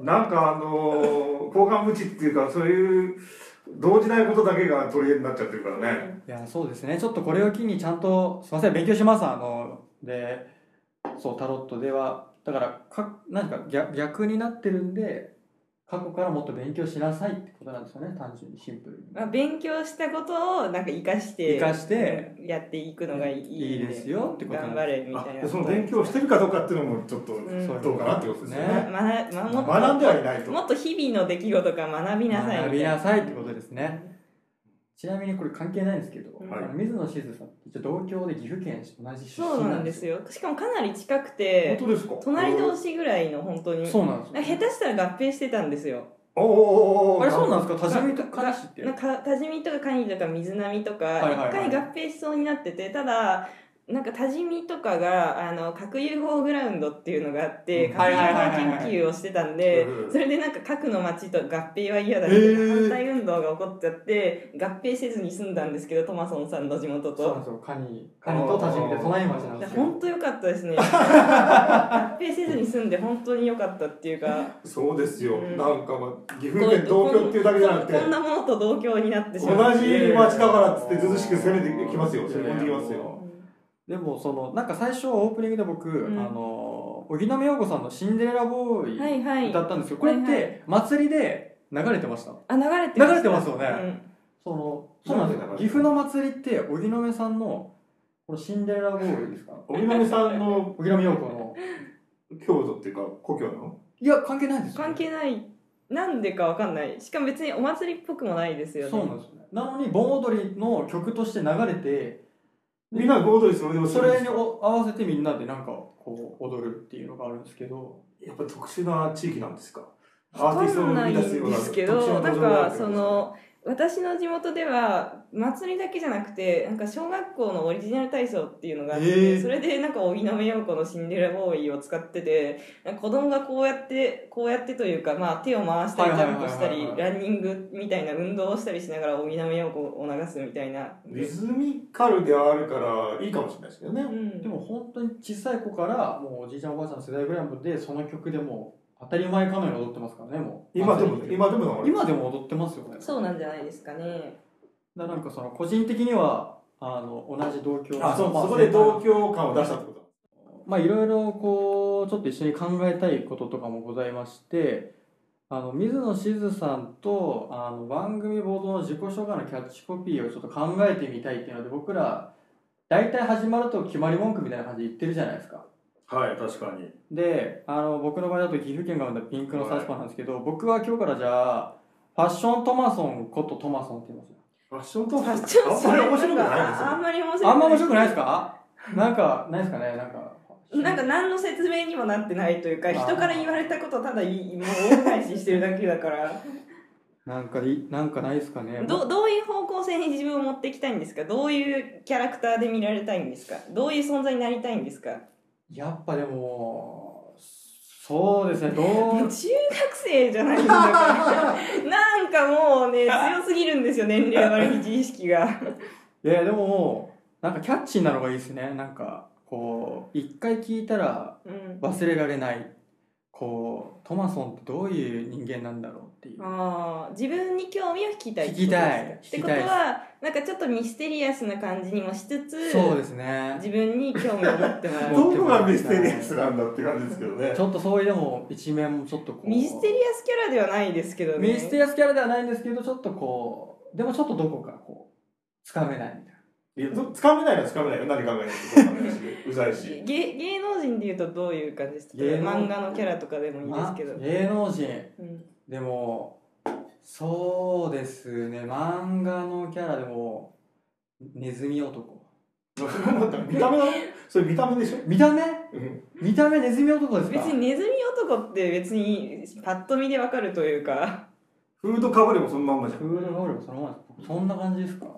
Speaker 2: うなんかあのー交換無知っていうかそういう動じないことだけが取り柄になっちゃってるからね
Speaker 1: いやそうですねちょっとこれを機にちゃんとすいません勉強しますあのでそうタロットではだからか何か逆逆になってるんで過去からもっと勉強しなさいってことなんですよね単純にシンプルに
Speaker 4: まあ、勉強したことをなんか生かして
Speaker 1: 生かして
Speaker 4: やっていくのがいい
Speaker 1: いいですよってことなん
Speaker 4: 頑
Speaker 1: です
Speaker 4: 張れみたいな
Speaker 2: あその勉強してるかどうかっていうのもちょっと
Speaker 4: ん
Speaker 1: そういう
Speaker 2: どうかなってことですよね
Speaker 1: ね
Speaker 4: ままもっと
Speaker 2: 学んではいないと
Speaker 4: もっと日々の出来事から学びなさい
Speaker 1: 学
Speaker 4: み
Speaker 1: び
Speaker 4: たい
Speaker 1: なさいってことですねちなみにこれ関係ないんですけど、
Speaker 4: はい
Speaker 1: あの水野静さんって一応同郷で岐阜県同じ出
Speaker 4: そう
Speaker 1: 身
Speaker 4: な
Speaker 1: なんん
Speaker 4: で
Speaker 1: ですす
Speaker 4: よしかもかなり近く
Speaker 2: 本
Speaker 4: て
Speaker 2: 当ですか
Speaker 4: 隣同
Speaker 2: 士
Speaker 4: 士ぐらいの本当に
Speaker 1: そうなんですよ
Speaker 4: なんか下手したら合併してたんですよ
Speaker 2: おーおーおーお
Speaker 1: あれそう
Speaker 2: な
Speaker 1: なんですか多治見と彼氏って
Speaker 4: なんか多治見とかカニとか水波とか
Speaker 1: いはい
Speaker 4: 一
Speaker 1: はい
Speaker 4: 回合併しそうになっててただなんか多治見とかがあの核 UFO グラウンドっていうのがあって
Speaker 1: うん
Speaker 4: 核
Speaker 1: はいはいはいはい
Speaker 4: UFO 研究をしてたんで
Speaker 2: うん
Speaker 4: それでなんか核の町と合併は嫌だっ
Speaker 1: へ
Speaker 4: て
Speaker 1: ー
Speaker 4: 反対運動が起こっちゃって合併せずに住んだんですけどトマソンさんの地元
Speaker 1: そうなん
Speaker 4: と。
Speaker 1: ですよカニカニと多治見で隣町なんですけど
Speaker 4: 本当良かったで
Speaker 1: [laughs]
Speaker 4: すね合併せずに住んで本当に良かったっていうか
Speaker 2: そうですよ、
Speaker 4: うん
Speaker 2: なんか、まあ、岐阜県同郷っていうだけじゃなくて
Speaker 4: こんなものと同居になってし
Speaker 2: 同
Speaker 4: まって
Speaker 2: じ町だからっつってずうずうしく攻めてきますよ攻め込んできますよ
Speaker 1: でもそのなんか最初オープニングで僕、
Speaker 4: ん
Speaker 1: あの荻野目洋子さんの「シンデレラボーイ」
Speaker 4: はいはい
Speaker 1: 歌ったんですよ、これっ
Speaker 4: はいは
Speaker 1: て祭りで流れてました、
Speaker 4: あ流れてました
Speaker 1: 流れてますよね
Speaker 4: うん
Speaker 1: そのそうなんです
Speaker 2: 流れて
Speaker 1: よ
Speaker 2: た
Speaker 1: 岐阜の祭りって荻野目さんのこの「シンデレラボーイ」ですか
Speaker 2: 荻野目さんの
Speaker 1: 荻野目洋子の
Speaker 2: 郷土っていうか故郷なの
Speaker 1: いや関係ないですよ
Speaker 4: 関係ないなんでかわかんないしかも別にお祭りっぽくもないですよね
Speaker 1: そうなんですよねなのに盆踊りの曲として流れて
Speaker 2: みんな盆踊りそれでも
Speaker 1: それにお合わせてみんなでなんかこう踊るっていうのがあるんですけど
Speaker 2: やっぱ特殊な地域なんですか
Speaker 4: わかんないんですけ
Speaker 2: アーティストを生
Speaker 4: ど
Speaker 2: み出すよう特殊な
Speaker 4: なんか
Speaker 2: 土壌
Speaker 4: そ
Speaker 2: になってるんで
Speaker 4: の私の地元では祭りだけじゃなくてなんか小学校のオリジナル体操っていうのがあって、
Speaker 1: へー
Speaker 4: それでなんか荻野目洋子の「シンデレラボーイ」を使っててなんか子供がこうやってこうやってというか、まあ、手を回したり
Speaker 1: は
Speaker 4: ジ
Speaker 1: いはいはい
Speaker 4: ャン
Speaker 1: はい
Speaker 4: プしたりランニングみたいな運動をしたりしながら荻野目洋子を流すみたいな。
Speaker 2: すよねリズミカルであるからいいかもしれないですけどね、
Speaker 4: うん
Speaker 1: でも本当に小さい子からもうおじいちゃんおばあちゃんの世代ぐらいまでその曲でもう当たり前かのように踊ってますからねもう
Speaker 2: 今でも
Speaker 1: 祭りの時
Speaker 2: 今でも
Speaker 1: 今でも踊ってますよね
Speaker 4: そうなんじゃないですかね。
Speaker 1: だからなんかその個人的にはあの同じ同居
Speaker 2: あそう
Speaker 1: ま
Speaker 2: そこで同
Speaker 1: 居
Speaker 2: 居感を出したってこと
Speaker 1: まあいろいろこうちょっと一緒に考えたいこととかもございましてあの水野しずさんとあの番組冒頭の自己紹介のキャッチコピーをちょっと考えてみたいっていうので僕ら大体始まると決まり文句みたいな感じで言ってるじゃないですか
Speaker 2: はい確かに
Speaker 1: であの僕の場合だと岐阜県が生んだピンクのサチパンなんですけど、僕は今日からじゃあファッショントマソンことトマソンって言いますよ
Speaker 2: ファッションとファッ
Speaker 4: ちょっと
Speaker 2: あんまり面白くないです
Speaker 4: ああん
Speaker 2: よ
Speaker 4: まり面白くない。
Speaker 1: あんま面白くないですかなんかないですかねなんか
Speaker 4: なんか何の説明にもなってないというか
Speaker 1: あー
Speaker 4: 人から言われたことをただいいもう大返ししてるだけだから
Speaker 1: なんかいなんかないですかね
Speaker 4: どどういう方向性に自分を持っていきたいんですかどういうキャラクターで見られたいんですかどういう存在になりたいんですか
Speaker 1: やっぱでもそうですねど
Speaker 4: [laughs] もう
Speaker 1: う
Speaker 4: 中学生じゃないんだから
Speaker 1: [laughs]
Speaker 4: なんかもうね強すぎるんですよ年齢割り自意識が
Speaker 1: いやでももうなんかキャッチーなのがいいですねなんかこう一回聞いたら
Speaker 4: うん
Speaker 1: 忘れられないこうトマソンってどういう人間なんだろうっていう
Speaker 4: あー自分に興味を引きたいって
Speaker 1: 引きたい
Speaker 4: ことですか
Speaker 1: 引
Speaker 4: っ
Speaker 1: きたい
Speaker 4: て
Speaker 1: で
Speaker 4: こ
Speaker 1: す
Speaker 4: とはなんかちょっとミステリアスな感じにもしつつ
Speaker 1: そうですね
Speaker 4: 自分に興味を持ってもらう
Speaker 2: [laughs] どこがミステリアスなんだって感じですけどね
Speaker 1: ちょっとそういうでも一面もちょっとこう
Speaker 4: ミステリアスキャラではないですけどね。
Speaker 1: ミステリアスキャラではないんですけどちょっとこうでもちょっとどこかこうつかめないみたい
Speaker 2: いやつかめないのはつかめないよ何考えてもつかめない [laughs] しうざいし
Speaker 4: 芸芸能人でいうとどういう感じですか
Speaker 1: 芸能
Speaker 4: 漫画のキャラとかでもいいです
Speaker 1: な
Speaker 4: けど。
Speaker 1: まあ芸能人
Speaker 4: うん
Speaker 1: でもそうですね漫画のキャラでもネズミ男
Speaker 2: それもまた見た目のそれ見た目でしょ、
Speaker 1: 見た目
Speaker 2: うん、
Speaker 1: 見た目ネズミ男ですか
Speaker 4: 別にネズミ男って別にパッと見でわかるというか
Speaker 2: フードかぶれもそのまんまじゃ
Speaker 1: フードボールそのままですそんな感じですか
Speaker 2: ん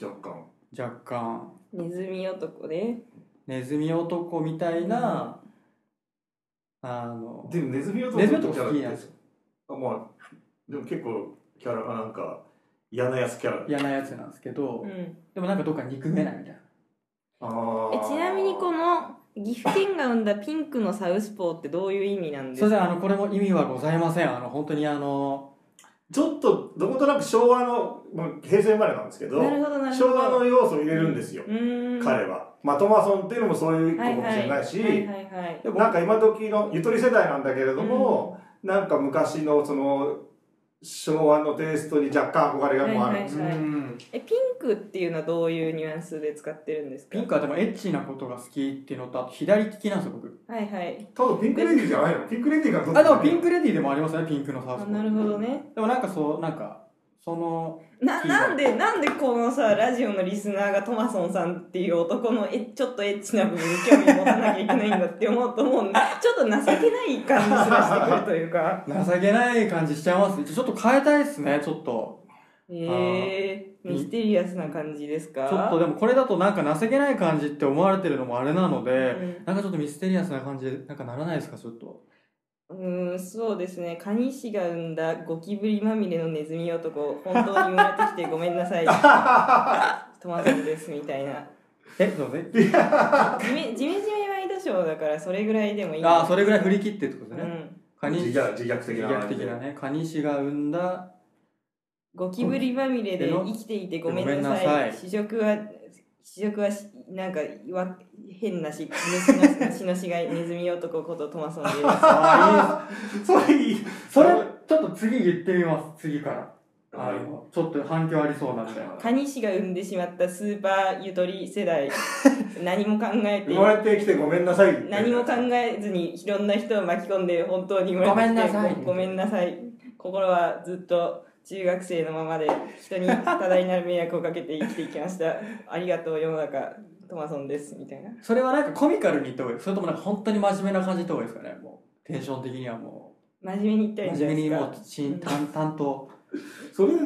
Speaker 2: 若干
Speaker 1: 若干
Speaker 4: ネズミ男ね
Speaker 1: ネズミ男みたいな、あの
Speaker 2: でもネズミ男
Speaker 1: ネズミ男好きなんですよ
Speaker 2: あまあでも結構キャラがなんか嫌なやつキャラ
Speaker 1: 嫌なやつなんですけど、
Speaker 4: うん、え
Speaker 1: でもなんかどっか憎めないみたいな
Speaker 2: あー
Speaker 4: ちなみにこの岐阜県が生んだピンクのサウスポーってどういう意味なんです
Speaker 1: い
Speaker 4: す
Speaker 1: ません
Speaker 4: か
Speaker 1: あのこれも意味はございませんあの本当にあの
Speaker 2: ちょっとどことなく昭和の、まあ、平成生まれなんですけど
Speaker 4: なるほどなるほど
Speaker 2: 昭和の要素を入れるんですよ、
Speaker 4: うーん
Speaker 2: 彼は、まあ、トマソンっていうのもそういう一個かもしれないし、
Speaker 4: はいはいはい
Speaker 1: で僕
Speaker 2: なんか今時のゆとり世代なんだけれども、なんか昔のその昭和のテイストに若干憧れがもうあるんですよ、
Speaker 4: はい
Speaker 1: うん
Speaker 4: えピンクっていうのはどういうニュアンスで使ってるんですか
Speaker 1: ピンクはでもエッチなことが好きっていうのとあと左利きなんですよ僕
Speaker 4: はいはい
Speaker 2: ただピンクレディーじゃないのピンクレディーがど
Speaker 1: あでもピン
Speaker 2: ク
Speaker 1: クレディーでもありますねピンクのサウ
Speaker 4: あ
Speaker 1: スポー
Speaker 4: なるほどね
Speaker 1: でもなんかそうなんかその
Speaker 4: な
Speaker 1: うん
Speaker 4: なんでなんでこのさラジオのリスナーがトマソンさんっていう男のえちょっとエッチな部分に興味を持たなきゃいけないんだって思うともう
Speaker 1: [laughs]
Speaker 4: ちょっと情けない感じすらしてくるというか
Speaker 1: 情けない感じしちゃいますねちょっと変えたいですねちょっと
Speaker 4: えー、ミステリアスな感じです
Speaker 1: ち
Speaker 4: か
Speaker 1: ょっとでもこれだとなんか情けない感じって思われてるのもあれなので、
Speaker 4: うん
Speaker 1: なんかちょっとミステリアスな感じでなんかならないですかちょっと
Speaker 4: うーんそうですね蟹市が生んだゴキブリまみれのネズミ男本当に生まれてきてごめんなさい
Speaker 1: [laughs]
Speaker 4: トマソンですみたいな
Speaker 1: えそうね
Speaker 4: ジメジメジメワイドショーだからそれぐらいでもいい
Speaker 1: ああそれぐらい振
Speaker 4: り
Speaker 1: り切ってってこと
Speaker 4: う
Speaker 1: ですね、
Speaker 4: ん
Speaker 1: カニ
Speaker 2: 自虐自虐的
Speaker 1: 自
Speaker 2: な
Speaker 1: 虐的なねカニ氏が生んだ
Speaker 4: ゴキブリまみれで生きていてごめんなさい
Speaker 1: ごめんなさい
Speaker 4: 試食は試食はしなんかわ変な [laughs] し虫の虫の死骸ネズミ男ことトマソンです
Speaker 1: ああいいで
Speaker 2: [laughs] それいい
Speaker 1: す [laughs] それちょっと次言ってみます次からあのちょっと反響ありそうなんで
Speaker 4: カニ氏が生んでしまったスーパーゆとり世代何も考えて
Speaker 2: 生まれてきてごめんなさいって
Speaker 4: 何も考えずにいろんな人を巻き込んで本当に生まれ
Speaker 1: ごめん
Speaker 4: てきて
Speaker 1: なさい
Speaker 4: ごごめんなさい心はずっと中学生のままで人に多大なる迷惑をかけて生きていきましたありがとう世の中トマソンですみたいな
Speaker 1: それはなんかコミカルに言った方がいいそれともなんか本当に真面目な感じで言った方がいいですかねもうテンション的にはも
Speaker 4: 真面目に言った
Speaker 1: う
Speaker 4: り
Speaker 1: 真面目にもうしん淡々と
Speaker 2: それで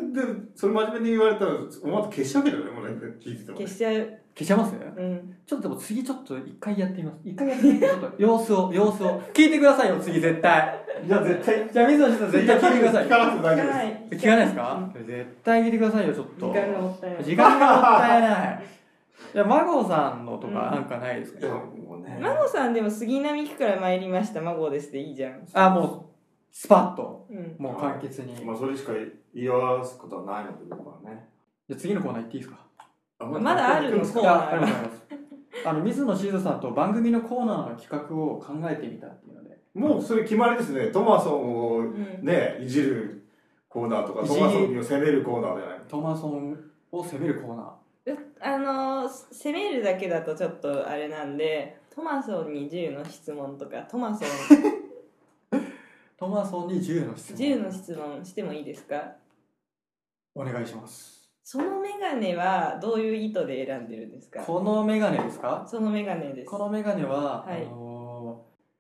Speaker 2: それ真面目に言われたら思わず消しちゃうけどねもうね聞いててもね
Speaker 4: 消しちゃう、
Speaker 1: 消しちゃいますね
Speaker 4: うん、
Speaker 1: ちょっとでも次ちょっと一回やってみます一回やってみて [laughs] ちょっと様子を様子を聞いてくださいよ次絶対
Speaker 2: じゃあ絶対
Speaker 1: じゃあ水野さん [laughs] 絶対 [laughs] 聞いてください
Speaker 2: 聞
Speaker 1: よ
Speaker 2: かなくて大丈夫です
Speaker 4: い
Speaker 1: 聞かないですか絶対聞いてくださいよちょっ
Speaker 4: 時
Speaker 1: と
Speaker 4: 間がもったいない
Speaker 1: 時間がもったいないいやマゴさんのとかなんかないですか、
Speaker 2: いやもうね
Speaker 4: マゴさんでも杉並区から参りましたマゴですでいいじゃん
Speaker 1: あもうスパッと
Speaker 4: うん
Speaker 1: もう簡潔に、
Speaker 2: まあそれしか言い表すことはないので僕はね
Speaker 1: じゃあ次のコーナー行っていいですか
Speaker 2: あ
Speaker 4: まだあるの
Speaker 2: ですか
Speaker 4: コー
Speaker 1: い
Speaker 4: ナ
Speaker 1: や
Speaker 4: ー
Speaker 1: ありがとうございますあの水野静さんと番組のコーナーの企画を考えてみたっていうので
Speaker 2: もうそれ決まりですねトマソンを
Speaker 4: うん
Speaker 2: ねいじるコーナーとか
Speaker 1: い
Speaker 2: ト
Speaker 1: じり
Speaker 2: マソンを責めるコーナーじゃない
Speaker 1: トマソンを責めるコーナー
Speaker 4: うあのー攻めるだけだとちょっとあれなんでトマソンに10の質問とかトマソン
Speaker 1: トマソンに10の質問
Speaker 4: 10の質問してもいいですか
Speaker 1: お願いします
Speaker 4: そのメガネはどういう意図で選んでるんですか
Speaker 1: このメガネですか
Speaker 4: そのメガネです
Speaker 1: このメガネは、
Speaker 4: はい
Speaker 1: あのー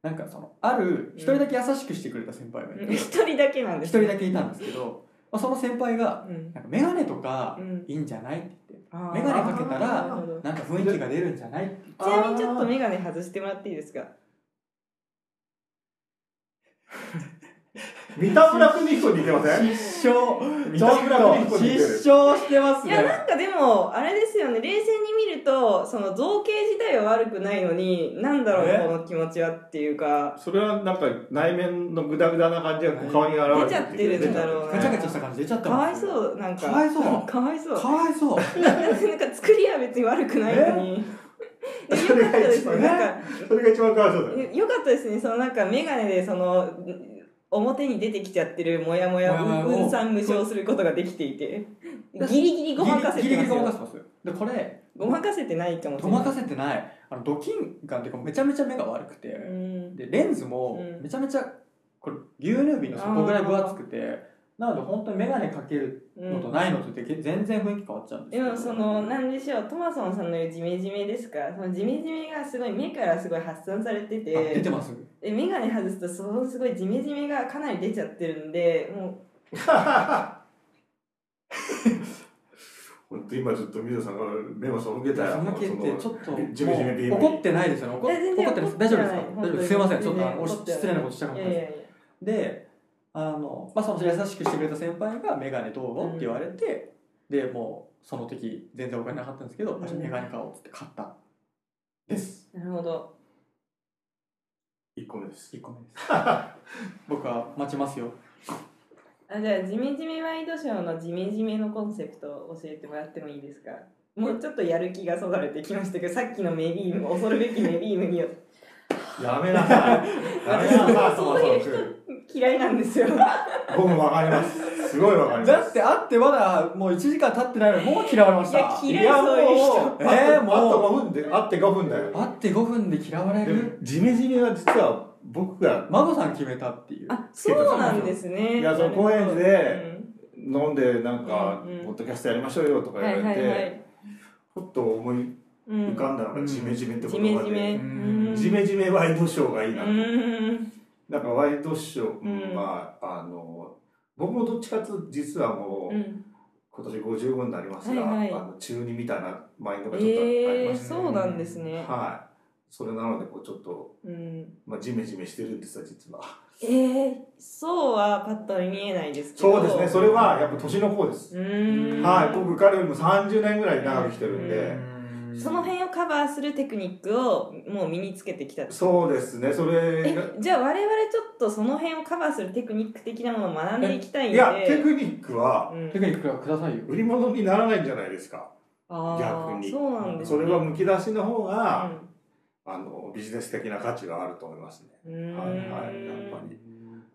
Speaker 1: なんかそのある一人だけ優しくしてくれた先輩がいて
Speaker 4: うん一人だけなんで
Speaker 1: 一
Speaker 4: す
Speaker 1: 人だけいたんですけど、まあ、その先輩が
Speaker 4: うん
Speaker 1: 「なんかメガネとか
Speaker 4: うん
Speaker 1: いいんじゃない?」って言って
Speaker 4: あー
Speaker 1: メガネかけたら
Speaker 4: なるほ
Speaker 1: 「
Speaker 4: ど
Speaker 1: なんか雰囲気が出るんじゃない?」って
Speaker 4: ちなみにちょっとメガネ外してもらっていいですか
Speaker 2: 三田村邦彦に似てません
Speaker 1: 失笑
Speaker 2: 三
Speaker 1: ちょ
Speaker 2: 田村邦
Speaker 1: っ
Speaker 2: 彦
Speaker 1: と
Speaker 2: に似てる
Speaker 1: 失笑してます
Speaker 4: い
Speaker 1: ね
Speaker 4: やなんかでもあれですよね冷静に見るとその造形自体は悪くないのになんだろ
Speaker 1: え
Speaker 4: うこの気持ちはっていうか
Speaker 2: それはなんか内面のグダグダな感じがこう顔に現れ
Speaker 4: 出ちゃって
Speaker 2: いう
Speaker 4: るんだろうな
Speaker 1: ガチャガチャした感じ出ちゃって
Speaker 4: かわい
Speaker 1: ます
Speaker 4: そうなんか
Speaker 1: かわいそう
Speaker 4: かわいそう
Speaker 1: かわいそう
Speaker 4: なんか作りは別に悪くないのにえよかったですねなんか
Speaker 2: それが一番かわいそうだよ
Speaker 4: えよかったですねそのなんか眼鏡でその表に出てきちゃってるモヤモヤ
Speaker 1: モヤモヤを
Speaker 4: をうんさん無償することができていてギリギリごまかせ
Speaker 1: ギ
Speaker 4: て
Speaker 1: リギ
Speaker 4: ま
Speaker 1: リごま
Speaker 4: す
Speaker 1: かせて
Speaker 4: よ
Speaker 1: ますよでこれ
Speaker 4: ごまかせてないかもし
Speaker 1: ご
Speaker 4: れない
Speaker 1: まかせてないあのドキンガンっていうかめちゃめちゃ目が悪くて、
Speaker 4: うん
Speaker 1: でレンズも
Speaker 4: うん
Speaker 1: めちゃめちゃこれ牛乳瓶の底ぐらい分厚くてなので本当に眼鏡かける
Speaker 4: う
Speaker 1: のと
Speaker 4: ん
Speaker 1: ないのとで全然雰囲気変わっちゃうんです
Speaker 4: で
Speaker 1: よ
Speaker 4: もそのなんでしょうトマソンさんの言うジメジメですかそのジメジメがすごい目からすごい発散されてて
Speaker 1: あ出てます
Speaker 4: で眼鏡外すとそのすごいジメジメがかなり出ちゃってるんでも
Speaker 2: [laughs] 本当今ちょっと水野さんから目を背けたよ
Speaker 1: そのけってちょっと
Speaker 2: ジメジメでいい
Speaker 1: もう怒ってないですよね怒っ
Speaker 4: いや全然
Speaker 1: 怒ってないです大丈夫ですか
Speaker 4: 怒ってな
Speaker 1: 大丈
Speaker 4: い
Speaker 1: 夫ですすいま
Speaker 4: 本当
Speaker 1: せん
Speaker 4: に
Speaker 1: ちょっとあのお
Speaker 4: 全然怒ってない
Speaker 1: 失礼なことしたか
Speaker 4: う
Speaker 1: もし
Speaker 4: いや
Speaker 1: れない
Speaker 4: いやいや
Speaker 1: であの、まあ、その優しくしてくれた先輩が「メガネどう?」って言われて、でもうその時全然お金なかったんですけど「
Speaker 4: うん
Speaker 1: あじゃあメガネ買おう」っつって買ったです
Speaker 4: なるほど
Speaker 2: 一個目です
Speaker 1: 1個目です僕は待ちますよ
Speaker 4: あじゃあジメジメワイドショーのジメジメのコンセプトを教えてもらってもいいですかもうちょっとやる気がそがれてきましたけどさっきのメビーム恐るべきメビームによって
Speaker 2: やめなさいやめなさいトマ
Speaker 4: [laughs] そういう
Speaker 2: ソン
Speaker 4: 嫌いなんですよ
Speaker 2: 僕もわかりますすごいわかります
Speaker 1: だって会ってまだもう1時間経ってないのにもう嫌われました
Speaker 4: いや嫌い
Speaker 2: いやもう
Speaker 4: そういう人
Speaker 1: え
Speaker 2: え
Speaker 1: ー
Speaker 2: ー、
Speaker 1: も
Speaker 2: も
Speaker 1: う
Speaker 2: うあと5分であって5分だよ
Speaker 1: 会って5分で嫌われ
Speaker 2: でも
Speaker 1: る
Speaker 2: ジメジメは実は僕が
Speaker 1: 孫さん決めたっていう
Speaker 4: あそうなんですね
Speaker 2: いやその高円寺で
Speaker 4: うん
Speaker 2: 飲んでなんか
Speaker 4: うんうん
Speaker 2: ポッドキャストやりましょうよとか
Speaker 4: はい
Speaker 2: 言わ
Speaker 4: は
Speaker 2: れ
Speaker 4: いはい
Speaker 2: てふっと思い
Speaker 4: うん
Speaker 2: 浮かんだの
Speaker 1: うん
Speaker 2: がジメジメって
Speaker 4: ジ
Speaker 2: 言
Speaker 4: メ
Speaker 2: 葉
Speaker 4: ジ
Speaker 2: で
Speaker 4: メ
Speaker 1: うん
Speaker 2: ジメジメワイドショーがいいうな
Speaker 4: ーん
Speaker 2: なんかワイドショ
Speaker 4: う
Speaker 2: ー
Speaker 4: ん
Speaker 2: まああの僕もどっちかっていうと実はも
Speaker 4: う
Speaker 2: うん今年55になりますが
Speaker 4: はいはい
Speaker 2: あの中二みたいなマインドがちょっとあり
Speaker 4: え
Speaker 2: ま
Speaker 4: ー、
Speaker 2: して
Speaker 4: そうなんですね、
Speaker 2: はいそれなのでこうちょっと
Speaker 4: うん、
Speaker 2: まあジメジメしてるんですよ実は
Speaker 4: えー、そうはパッと見えないですけど
Speaker 2: そうですねそれはやっぱ年の方です
Speaker 4: うーん
Speaker 2: はい、僕彼よりも30年ぐらい長く来てるんで、
Speaker 4: うその辺をカバーするテクニックをもう身につけてきた
Speaker 2: そうですねそれが
Speaker 4: えじゃあ我々ちょっとその辺をカバーするテクニック的なものを学んでいきたいん
Speaker 2: い
Speaker 4: で
Speaker 2: やテクニックは
Speaker 4: うん
Speaker 1: テクニックはくださいよ
Speaker 2: 売り物にならないんじゃないですか
Speaker 4: あー
Speaker 2: 逆に
Speaker 4: そうなんです、
Speaker 2: そ
Speaker 4: ね、
Speaker 2: れはむき出しの方
Speaker 4: う
Speaker 2: が、
Speaker 4: ん
Speaker 2: あのビジネス的な価値があると思いますね
Speaker 4: うーん
Speaker 2: はいはいやっぱり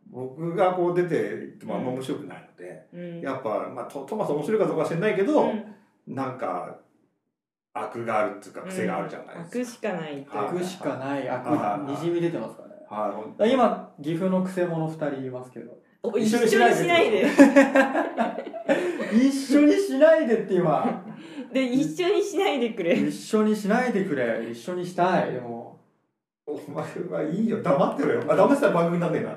Speaker 2: 僕がこう出て行ってもあんま面白くないので、
Speaker 4: うん
Speaker 2: やっぱ、まあ、トトマス面白いかどうかは知らないけど、
Speaker 4: うん
Speaker 2: なんか悪があるっていうか癖があるじゃないです
Speaker 4: 悪しかないと
Speaker 2: はい
Speaker 1: 悪しかない悪
Speaker 2: は
Speaker 1: が
Speaker 2: い
Speaker 1: にじみ出てますからね
Speaker 2: か。はいほん
Speaker 1: だから今岐阜の癖者2人いますけど
Speaker 4: お
Speaker 2: 一
Speaker 4: 一
Speaker 2: 緒
Speaker 4: 緒
Speaker 2: に
Speaker 4: に
Speaker 2: し
Speaker 4: し
Speaker 2: な
Speaker 4: ないい
Speaker 2: で
Speaker 4: で
Speaker 1: 一緒にしないでって今
Speaker 4: で一緒にしないでくれ
Speaker 1: 一緒にしないでくれ一緒にしたいでも
Speaker 2: お前はいいよ、黙ってろよ。あ、黙ってたら番組になんねえな。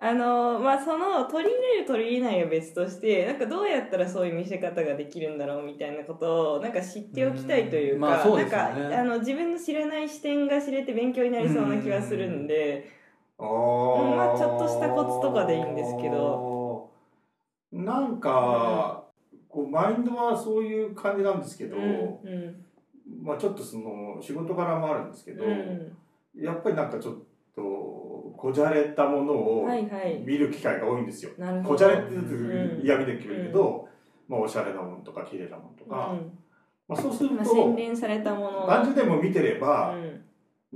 Speaker 4: あのーまあその取り入れる取り入れないは別としてなんかどうやったらそういう見せ方ができるんだろうみたいなことをなんか知っておきたいというか、
Speaker 1: うんまあそうですよ
Speaker 4: な
Speaker 1: ね
Speaker 4: んかあの自分の知らない視点が知れて勉強になりそうな気はするんで、
Speaker 2: あ
Speaker 4: うんま
Speaker 2: ー
Speaker 4: あちょっとしたコツとかでいいんですけ
Speaker 2: どなんか、こうマインドはそういう感じなんですけど、
Speaker 4: うんうん
Speaker 2: まあちょっとその仕事柄もあるんですけど、
Speaker 4: うん
Speaker 2: やっぱりなんかちょっとこじゃれたものを
Speaker 4: はいはい
Speaker 2: 見る機会が多いんですよ、
Speaker 4: なるほ
Speaker 2: こ
Speaker 4: ど
Speaker 2: じゃれって
Speaker 4: ん
Speaker 2: 嫌味で決めるけど、まあおしゃれなものとか綺麗なものとか、
Speaker 4: うん
Speaker 2: まあ、そうする
Speaker 4: まあ、洗
Speaker 2: と
Speaker 4: 練されたもの
Speaker 2: 何十年も見てれば、
Speaker 4: うん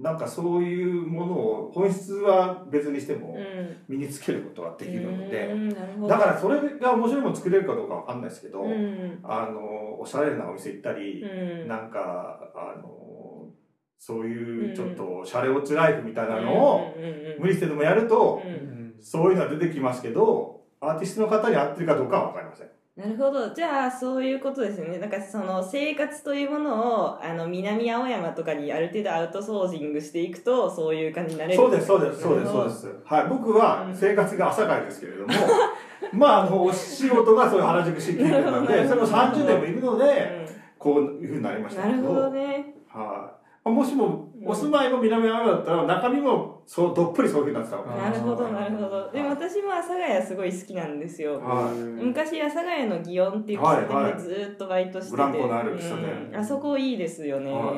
Speaker 2: なんかそういうものを本質は別にしても
Speaker 4: うん
Speaker 2: 身につけることはできるので、
Speaker 4: うんなるほど
Speaker 2: だからそれが面白いもの作れるかどうかわかんないですけど、
Speaker 4: うん
Speaker 2: あのおしゃれなお店行ったり、
Speaker 4: うん
Speaker 2: なんかあのそういううんちょっとシャレオツライフみたいなのを
Speaker 4: うんうんうん
Speaker 2: 無理してでもやると、
Speaker 4: う
Speaker 1: うんん
Speaker 2: そういうのは出てきますけどアーティストの方に合ってるかどうかは分かりません。
Speaker 4: なるほどじゃあそういうことですねなんかその生活というものをあの南青山とかにある程度アウトソーシングしていくとそういう感じになれる
Speaker 2: そうですそうですそうですそうです。はい僕は
Speaker 4: うん
Speaker 2: 生活が朝会ですけれども、 [laughs] まああのお仕事がそういう原宿新規店なん
Speaker 4: な
Speaker 2: で
Speaker 4: る
Speaker 2: そ
Speaker 4: ほ
Speaker 2: れ
Speaker 4: ど
Speaker 2: も30年もいるので
Speaker 4: う
Speaker 2: こういうふうになりまし
Speaker 4: ん、
Speaker 2: た
Speaker 4: な
Speaker 2: け
Speaker 4: るほど
Speaker 2: ど。
Speaker 4: ね
Speaker 2: はい。もしも
Speaker 4: うん
Speaker 2: お住まいも南青山だったら中身もそうどっぷりそういうふうになってたわけ
Speaker 1: あー
Speaker 4: なるほどなるほどでも
Speaker 2: はい
Speaker 4: 私も阿佐ヶ谷すごい好きなんですよ
Speaker 2: はい
Speaker 4: 昔阿佐ヶ谷の祇園っていう喫茶店でずーっとバイトしてて、
Speaker 2: ブランコのある喫茶店
Speaker 4: うんあそこいいですよね、
Speaker 2: は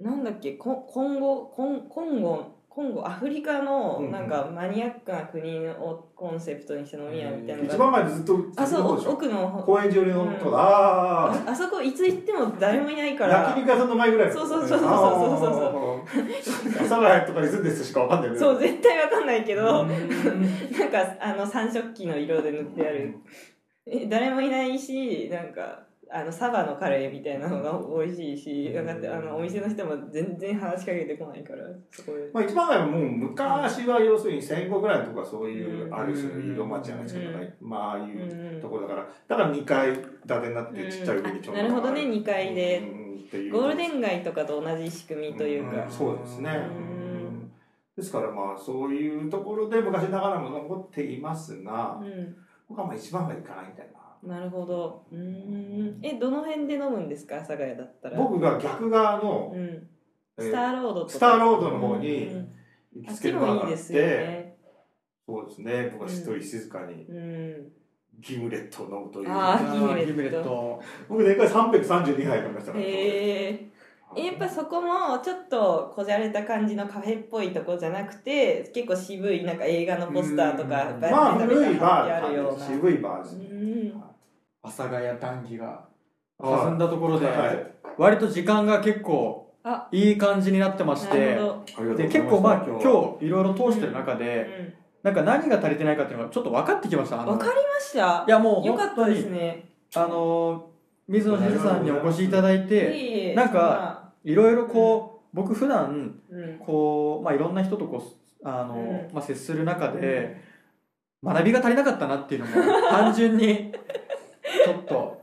Speaker 4: なんだっけコ今後今後今後アフリカの
Speaker 2: うんうん
Speaker 4: なんかマニアックな国をコンセプトにした飲み屋みたいなのが
Speaker 2: 一番前にずっと
Speaker 4: あそう
Speaker 2: どでしょ
Speaker 4: 奥の方
Speaker 2: 公園中にのとこだ、あ
Speaker 4: ああそこいつ行っても誰もいないか
Speaker 2: あ
Speaker 4: ら
Speaker 2: 焼肉屋さんの前ぐらい
Speaker 4: そうそうそうそう
Speaker 2: そ
Speaker 4: そう
Speaker 2: うそう阿佐ヶ谷とかに住んでる人しかわかんないよね
Speaker 4: そう絶対わかんないけど、
Speaker 1: うん
Speaker 4: なんかあの三色旗の色で塗ってある、え誰もいないしなんかあのサバのカレーみたいなのが美味しいし、
Speaker 1: うん
Speaker 4: なんかあのお店の人も全然話しかけてこないからすごい。
Speaker 2: まあ、一番前はもう昔は要するに戦後ぐらいのとこはそういう、
Speaker 4: うん
Speaker 2: ある種の色町じゃないですけど、
Speaker 4: うん
Speaker 2: なんかまあああいううんところだからだから2階建てになっ
Speaker 4: う
Speaker 2: て
Speaker 4: ん
Speaker 2: ちっちゃい上にちょうど、
Speaker 4: あなるほどね二階で
Speaker 2: うんっていう
Speaker 4: ゴールデン街とかと同じ仕組みというか
Speaker 2: ん、そうですね、
Speaker 4: うん
Speaker 2: うんですからまあそういうところで昔ながらも残っていますが、
Speaker 4: う、
Speaker 2: 僕はまあ一番までいかないみたいなん
Speaker 4: なるほどうーんえどの辺で飲むんですか阿佐ヶ谷だったら
Speaker 2: 僕が逆側の、
Speaker 4: うん、
Speaker 2: え
Speaker 4: スターロードとか
Speaker 2: スターロードの方に
Speaker 4: うんうん
Speaker 2: 行
Speaker 4: あ
Speaker 2: き
Speaker 4: っ
Speaker 2: つけ
Speaker 4: ち
Speaker 2: るバー
Speaker 4: も
Speaker 2: が
Speaker 4: い
Speaker 2: あ
Speaker 4: い
Speaker 2: っ
Speaker 4: で
Speaker 2: て
Speaker 4: すよね
Speaker 2: そうですね僕は一人静かに
Speaker 4: うん
Speaker 2: ギムレットを飲むという、
Speaker 1: あ
Speaker 4: あ
Speaker 1: ー
Speaker 4: ー
Speaker 1: ギ
Speaker 4: ギ
Speaker 1: ム
Speaker 4: ム
Speaker 1: レ
Speaker 4: レ
Speaker 1: ッ
Speaker 4: ッ
Speaker 1: ト
Speaker 2: 僕年間332杯飲みましたから、
Speaker 4: へえやっぱそこもちょっとこじゃれた感じのカフェっぽいとこじゃなくて結構渋いなんか映画のポスターとか
Speaker 1: うん
Speaker 4: バ
Speaker 2: まあ
Speaker 4: ッ
Speaker 2: 古いバ
Speaker 4: ある
Speaker 2: ー
Speaker 4: よ
Speaker 2: です
Speaker 4: う
Speaker 2: 渋いバーです
Speaker 4: な
Speaker 2: ね、
Speaker 4: うん
Speaker 1: 阿佐ヶ谷談義が
Speaker 2: は
Speaker 1: 弾
Speaker 2: い
Speaker 1: んだところで、
Speaker 2: はい
Speaker 1: 割と時間が結構
Speaker 4: あ
Speaker 1: いい感じになってまし
Speaker 4: なる
Speaker 1: て
Speaker 2: あり
Speaker 4: ほど
Speaker 2: がとうございま
Speaker 1: です結構まあ今
Speaker 2: は
Speaker 1: 日いろいろ通してる中で、
Speaker 4: う
Speaker 1: なんか何が足りてないかっていうのがちょっと分かってきましたあ
Speaker 4: ん
Speaker 1: の
Speaker 4: わかりました
Speaker 1: いやもう
Speaker 4: よか
Speaker 1: 本
Speaker 4: っ
Speaker 1: 当
Speaker 4: た
Speaker 1: に
Speaker 4: ですね
Speaker 1: あの水野先生さんにお越しいただい
Speaker 4: い
Speaker 1: て
Speaker 4: えいえ
Speaker 1: なんかいろいろこう、僕普段
Speaker 4: そんなうん
Speaker 1: こうまあいろんな人とこうあの、
Speaker 4: う
Speaker 1: まあ、接する中で学びが足りなかったなっていうの
Speaker 4: [laughs]
Speaker 1: も単純にちょっと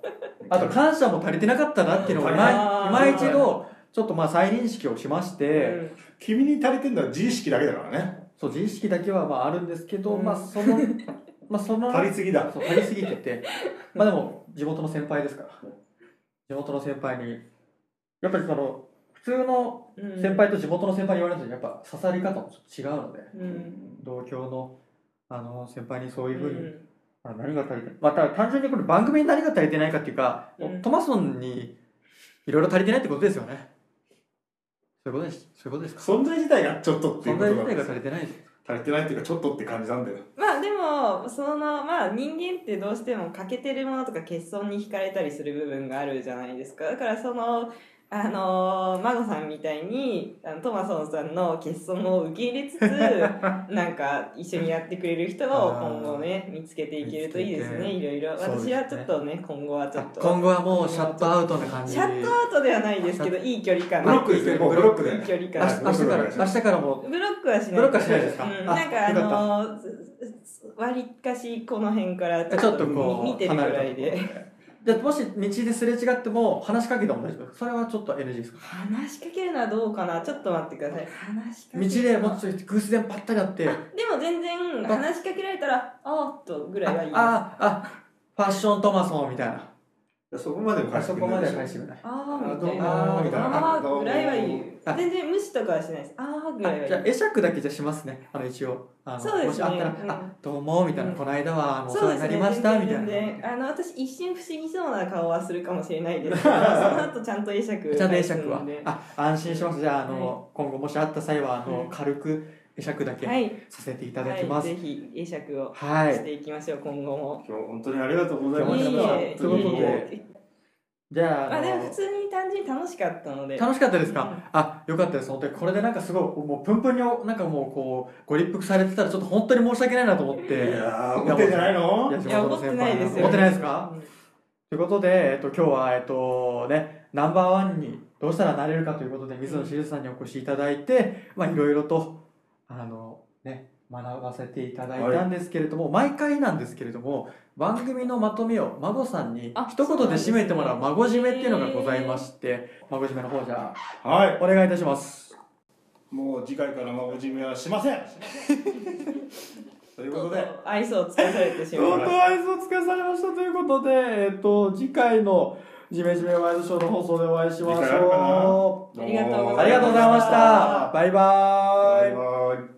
Speaker 1: あと感謝も足りてなかったなっていうのも
Speaker 4: あー
Speaker 1: 今今一度ちょっとまあ再認識をしまして。
Speaker 2: 君に足りてるのは自意識だけだからね
Speaker 1: そう自意識だけはまああるんですけど、
Speaker 4: うん
Speaker 1: まあそのまあその
Speaker 2: 足りすぎだ
Speaker 1: そう足りすぎててまあでも地元の先輩ですから地元の先輩にやっぱりその普通の
Speaker 4: うんうん
Speaker 1: 先輩と地元の先輩に言われるとやっぱ刺さり方もちょっと違うので
Speaker 4: うん
Speaker 1: 同郷のあの先輩にそういうふうに、
Speaker 4: うん
Speaker 1: あ何が足りてまた単純にこれ番組に何が足りてないかっていうか、
Speaker 4: うん
Speaker 1: トマソンにいろいろ足りてないってことですよねそういうことですそういうことですか
Speaker 2: 存在自体がちょっとっていう
Speaker 1: 存
Speaker 2: こ
Speaker 1: 在自体
Speaker 2: となんで
Speaker 1: が
Speaker 2: す
Speaker 1: 足りてないです
Speaker 2: 足りてないっていうかちょっとって感じなんだよ
Speaker 4: まあでもそのまあ人間ってどうしても欠けてるものとか欠損に惹かれたりする部分があるじゃないですかだからそのあのー、マゴさんみたいにあのトマソンさんの欠損を受け入
Speaker 2: [laughs]
Speaker 4: れつつなんか一緒にやってくれる人を今後ね見つけていけるといいです
Speaker 1: 見つ
Speaker 4: ね
Speaker 1: けて
Speaker 4: いろいろ
Speaker 1: そうです
Speaker 4: 私
Speaker 1: ね
Speaker 4: はちょっとね今後はちょっと
Speaker 1: 今後はもうシャットアウトな感じ
Speaker 4: シャットアウトではないですけどいい距離感
Speaker 2: ブロックですね、もうブロック
Speaker 4: いい距
Speaker 2: で。
Speaker 4: 離
Speaker 1: 明日明
Speaker 4: 感
Speaker 1: 日から明日からも
Speaker 4: ブロックはしない
Speaker 1: ブロックはしないですか
Speaker 4: うん、
Speaker 1: あ
Speaker 4: なんかあ
Speaker 1: よか
Speaker 4: のーすす割かしこの辺から
Speaker 1: ちょっとこう
Speaker 4: 見てるぐらいで
Speaker 1: でもし道ですれ違っても話しかけても大丈夫それはちょっと NG ですか
Speaker 4: 話しかけるのはどうかなちょっと待ってください話しかけ
Speaker 1: 道
Speaker 4: る
Speaker 1: でもうちょっと偶然パッタリ会って
Speaker 4: あでも全然話しかけられたら「あっ」とぐらいはいいあ
Speaker 1: あああファッショントマソンみたいな
Speaker 2: そこまでも
Speaker 1: あそこまでは返
Speaker 2: 返
Speaker 1: し
Speaker 2: してて
Speaker 1: く
Speaker 2: く
Speaker 1: れない
Speaker 4: あーみ
Speaker 2: どう
Speaker 4: たい
Speaker 2: も
Speaker 4: な
Speaker 2: ーみたいな。
Speaker 4: あーぐらいはいい
Speaker 1: あ
Speaker 4: 全然無視とかはしないですあーぐらい
Speaker 1: あじゃあ
Speaker 4: はいい
Speaker 1: 会釈だけじゃしますねあの一応あの
Speaker 4: そうですね
Speaker 1: もしあったら「
Speaker 4: うん
Speaker 1: あどうも」みたいな「
Speaker 4: うん
Speaker 1: この間はあのお世
Speaker 4: そう
Speaker 1: 話
Speaker 4: で
Speaker 1: にな
Speaker 4: すね
Speaker 1: りました」みた
Speaker 4: 全然全
Speaker 1: いな
Speaker 4: 然あの私一瞬不思議そうな顔はするかもしれない
Speaker 1: [laughs]
Speaker 4: ですけどその後ちゃんと会釈
Speaker 1: じゃあ会釈は
Speaker 4: 返すんで
Speaker 1: あ安心しますじゃああの、今後もしあった際はあの、
Speaker 4: うん
Speaker 1: 軽く会釈だけ
Speaker 4: はい
Speaker 1: させていただきます
Speaker 4: はい、ぜひ会釈を
Speaker 1: はい、
Speaker 4: していきましょう、今後も。
Speaker 2: 今日本当にありがとうございま
Speaker 1: 今日
Speaker 2: し
Speaker 1: も
Speaker 2: た。
Speaker 1: いえいえということで
Speaker 4: いえいえ
Speaker 1: じゃあ
Speaker 4: ま
Speaker 1: あ
Speaker 4: あ
Speaker 1: の
Speaker 4: でも普通に単純に楽しかったので。
Speaker 1: 楽しかったですか、
Speaker 4: うん
Speaker 1: あよかったです本当にこれでなんかすごいもうプンプンになんかもうこうご立腹されてたらちょっと本当に申し訳ないなと思って
Speaker 2: いやー、思ってんじゃないの
Speaker 1: い
Speaker 4: い
Speaker 1: や
Speaker 4: や、思ってないですよ。
Speaker 1: 思ってないですか
Speaker 4: うん
Speaker 1: ということで、えっと、今日は、えっとね、ナンバーワンにどうしたらなれるかということで水野しずさんにお越しいただいて、まあ、いろいろとあの、ね、学ばせていただいたんですけれども、毎回なんですけれども番組のまとめを孫さんに
Speaker 4: あ
Speaker 1: 一言で締めてもらう
Speaker 4: そうなん
Speaker 1: 孫
Speaker 4: ですね
Speaker 1: 締めっていうのがございまして孫締めの方じゃあ
Speaker 2: はい。
Speaker 1: お願いいたします。
Speaker 2: もう次回から孫じめはしません。ということで、
Speaker 4: 愛想をつかされてしまいまし
Speaker 1: イスをつかされましたということで、えっと、次回のジメジメワイドショーの放送でお会いし
Speaker 2: ましょう
Speaker 1: う。
Speaker 4: ありがとうございました
Speaker 1: ありがとうございました。バイバーイ。
Speaker 2: バイバイ。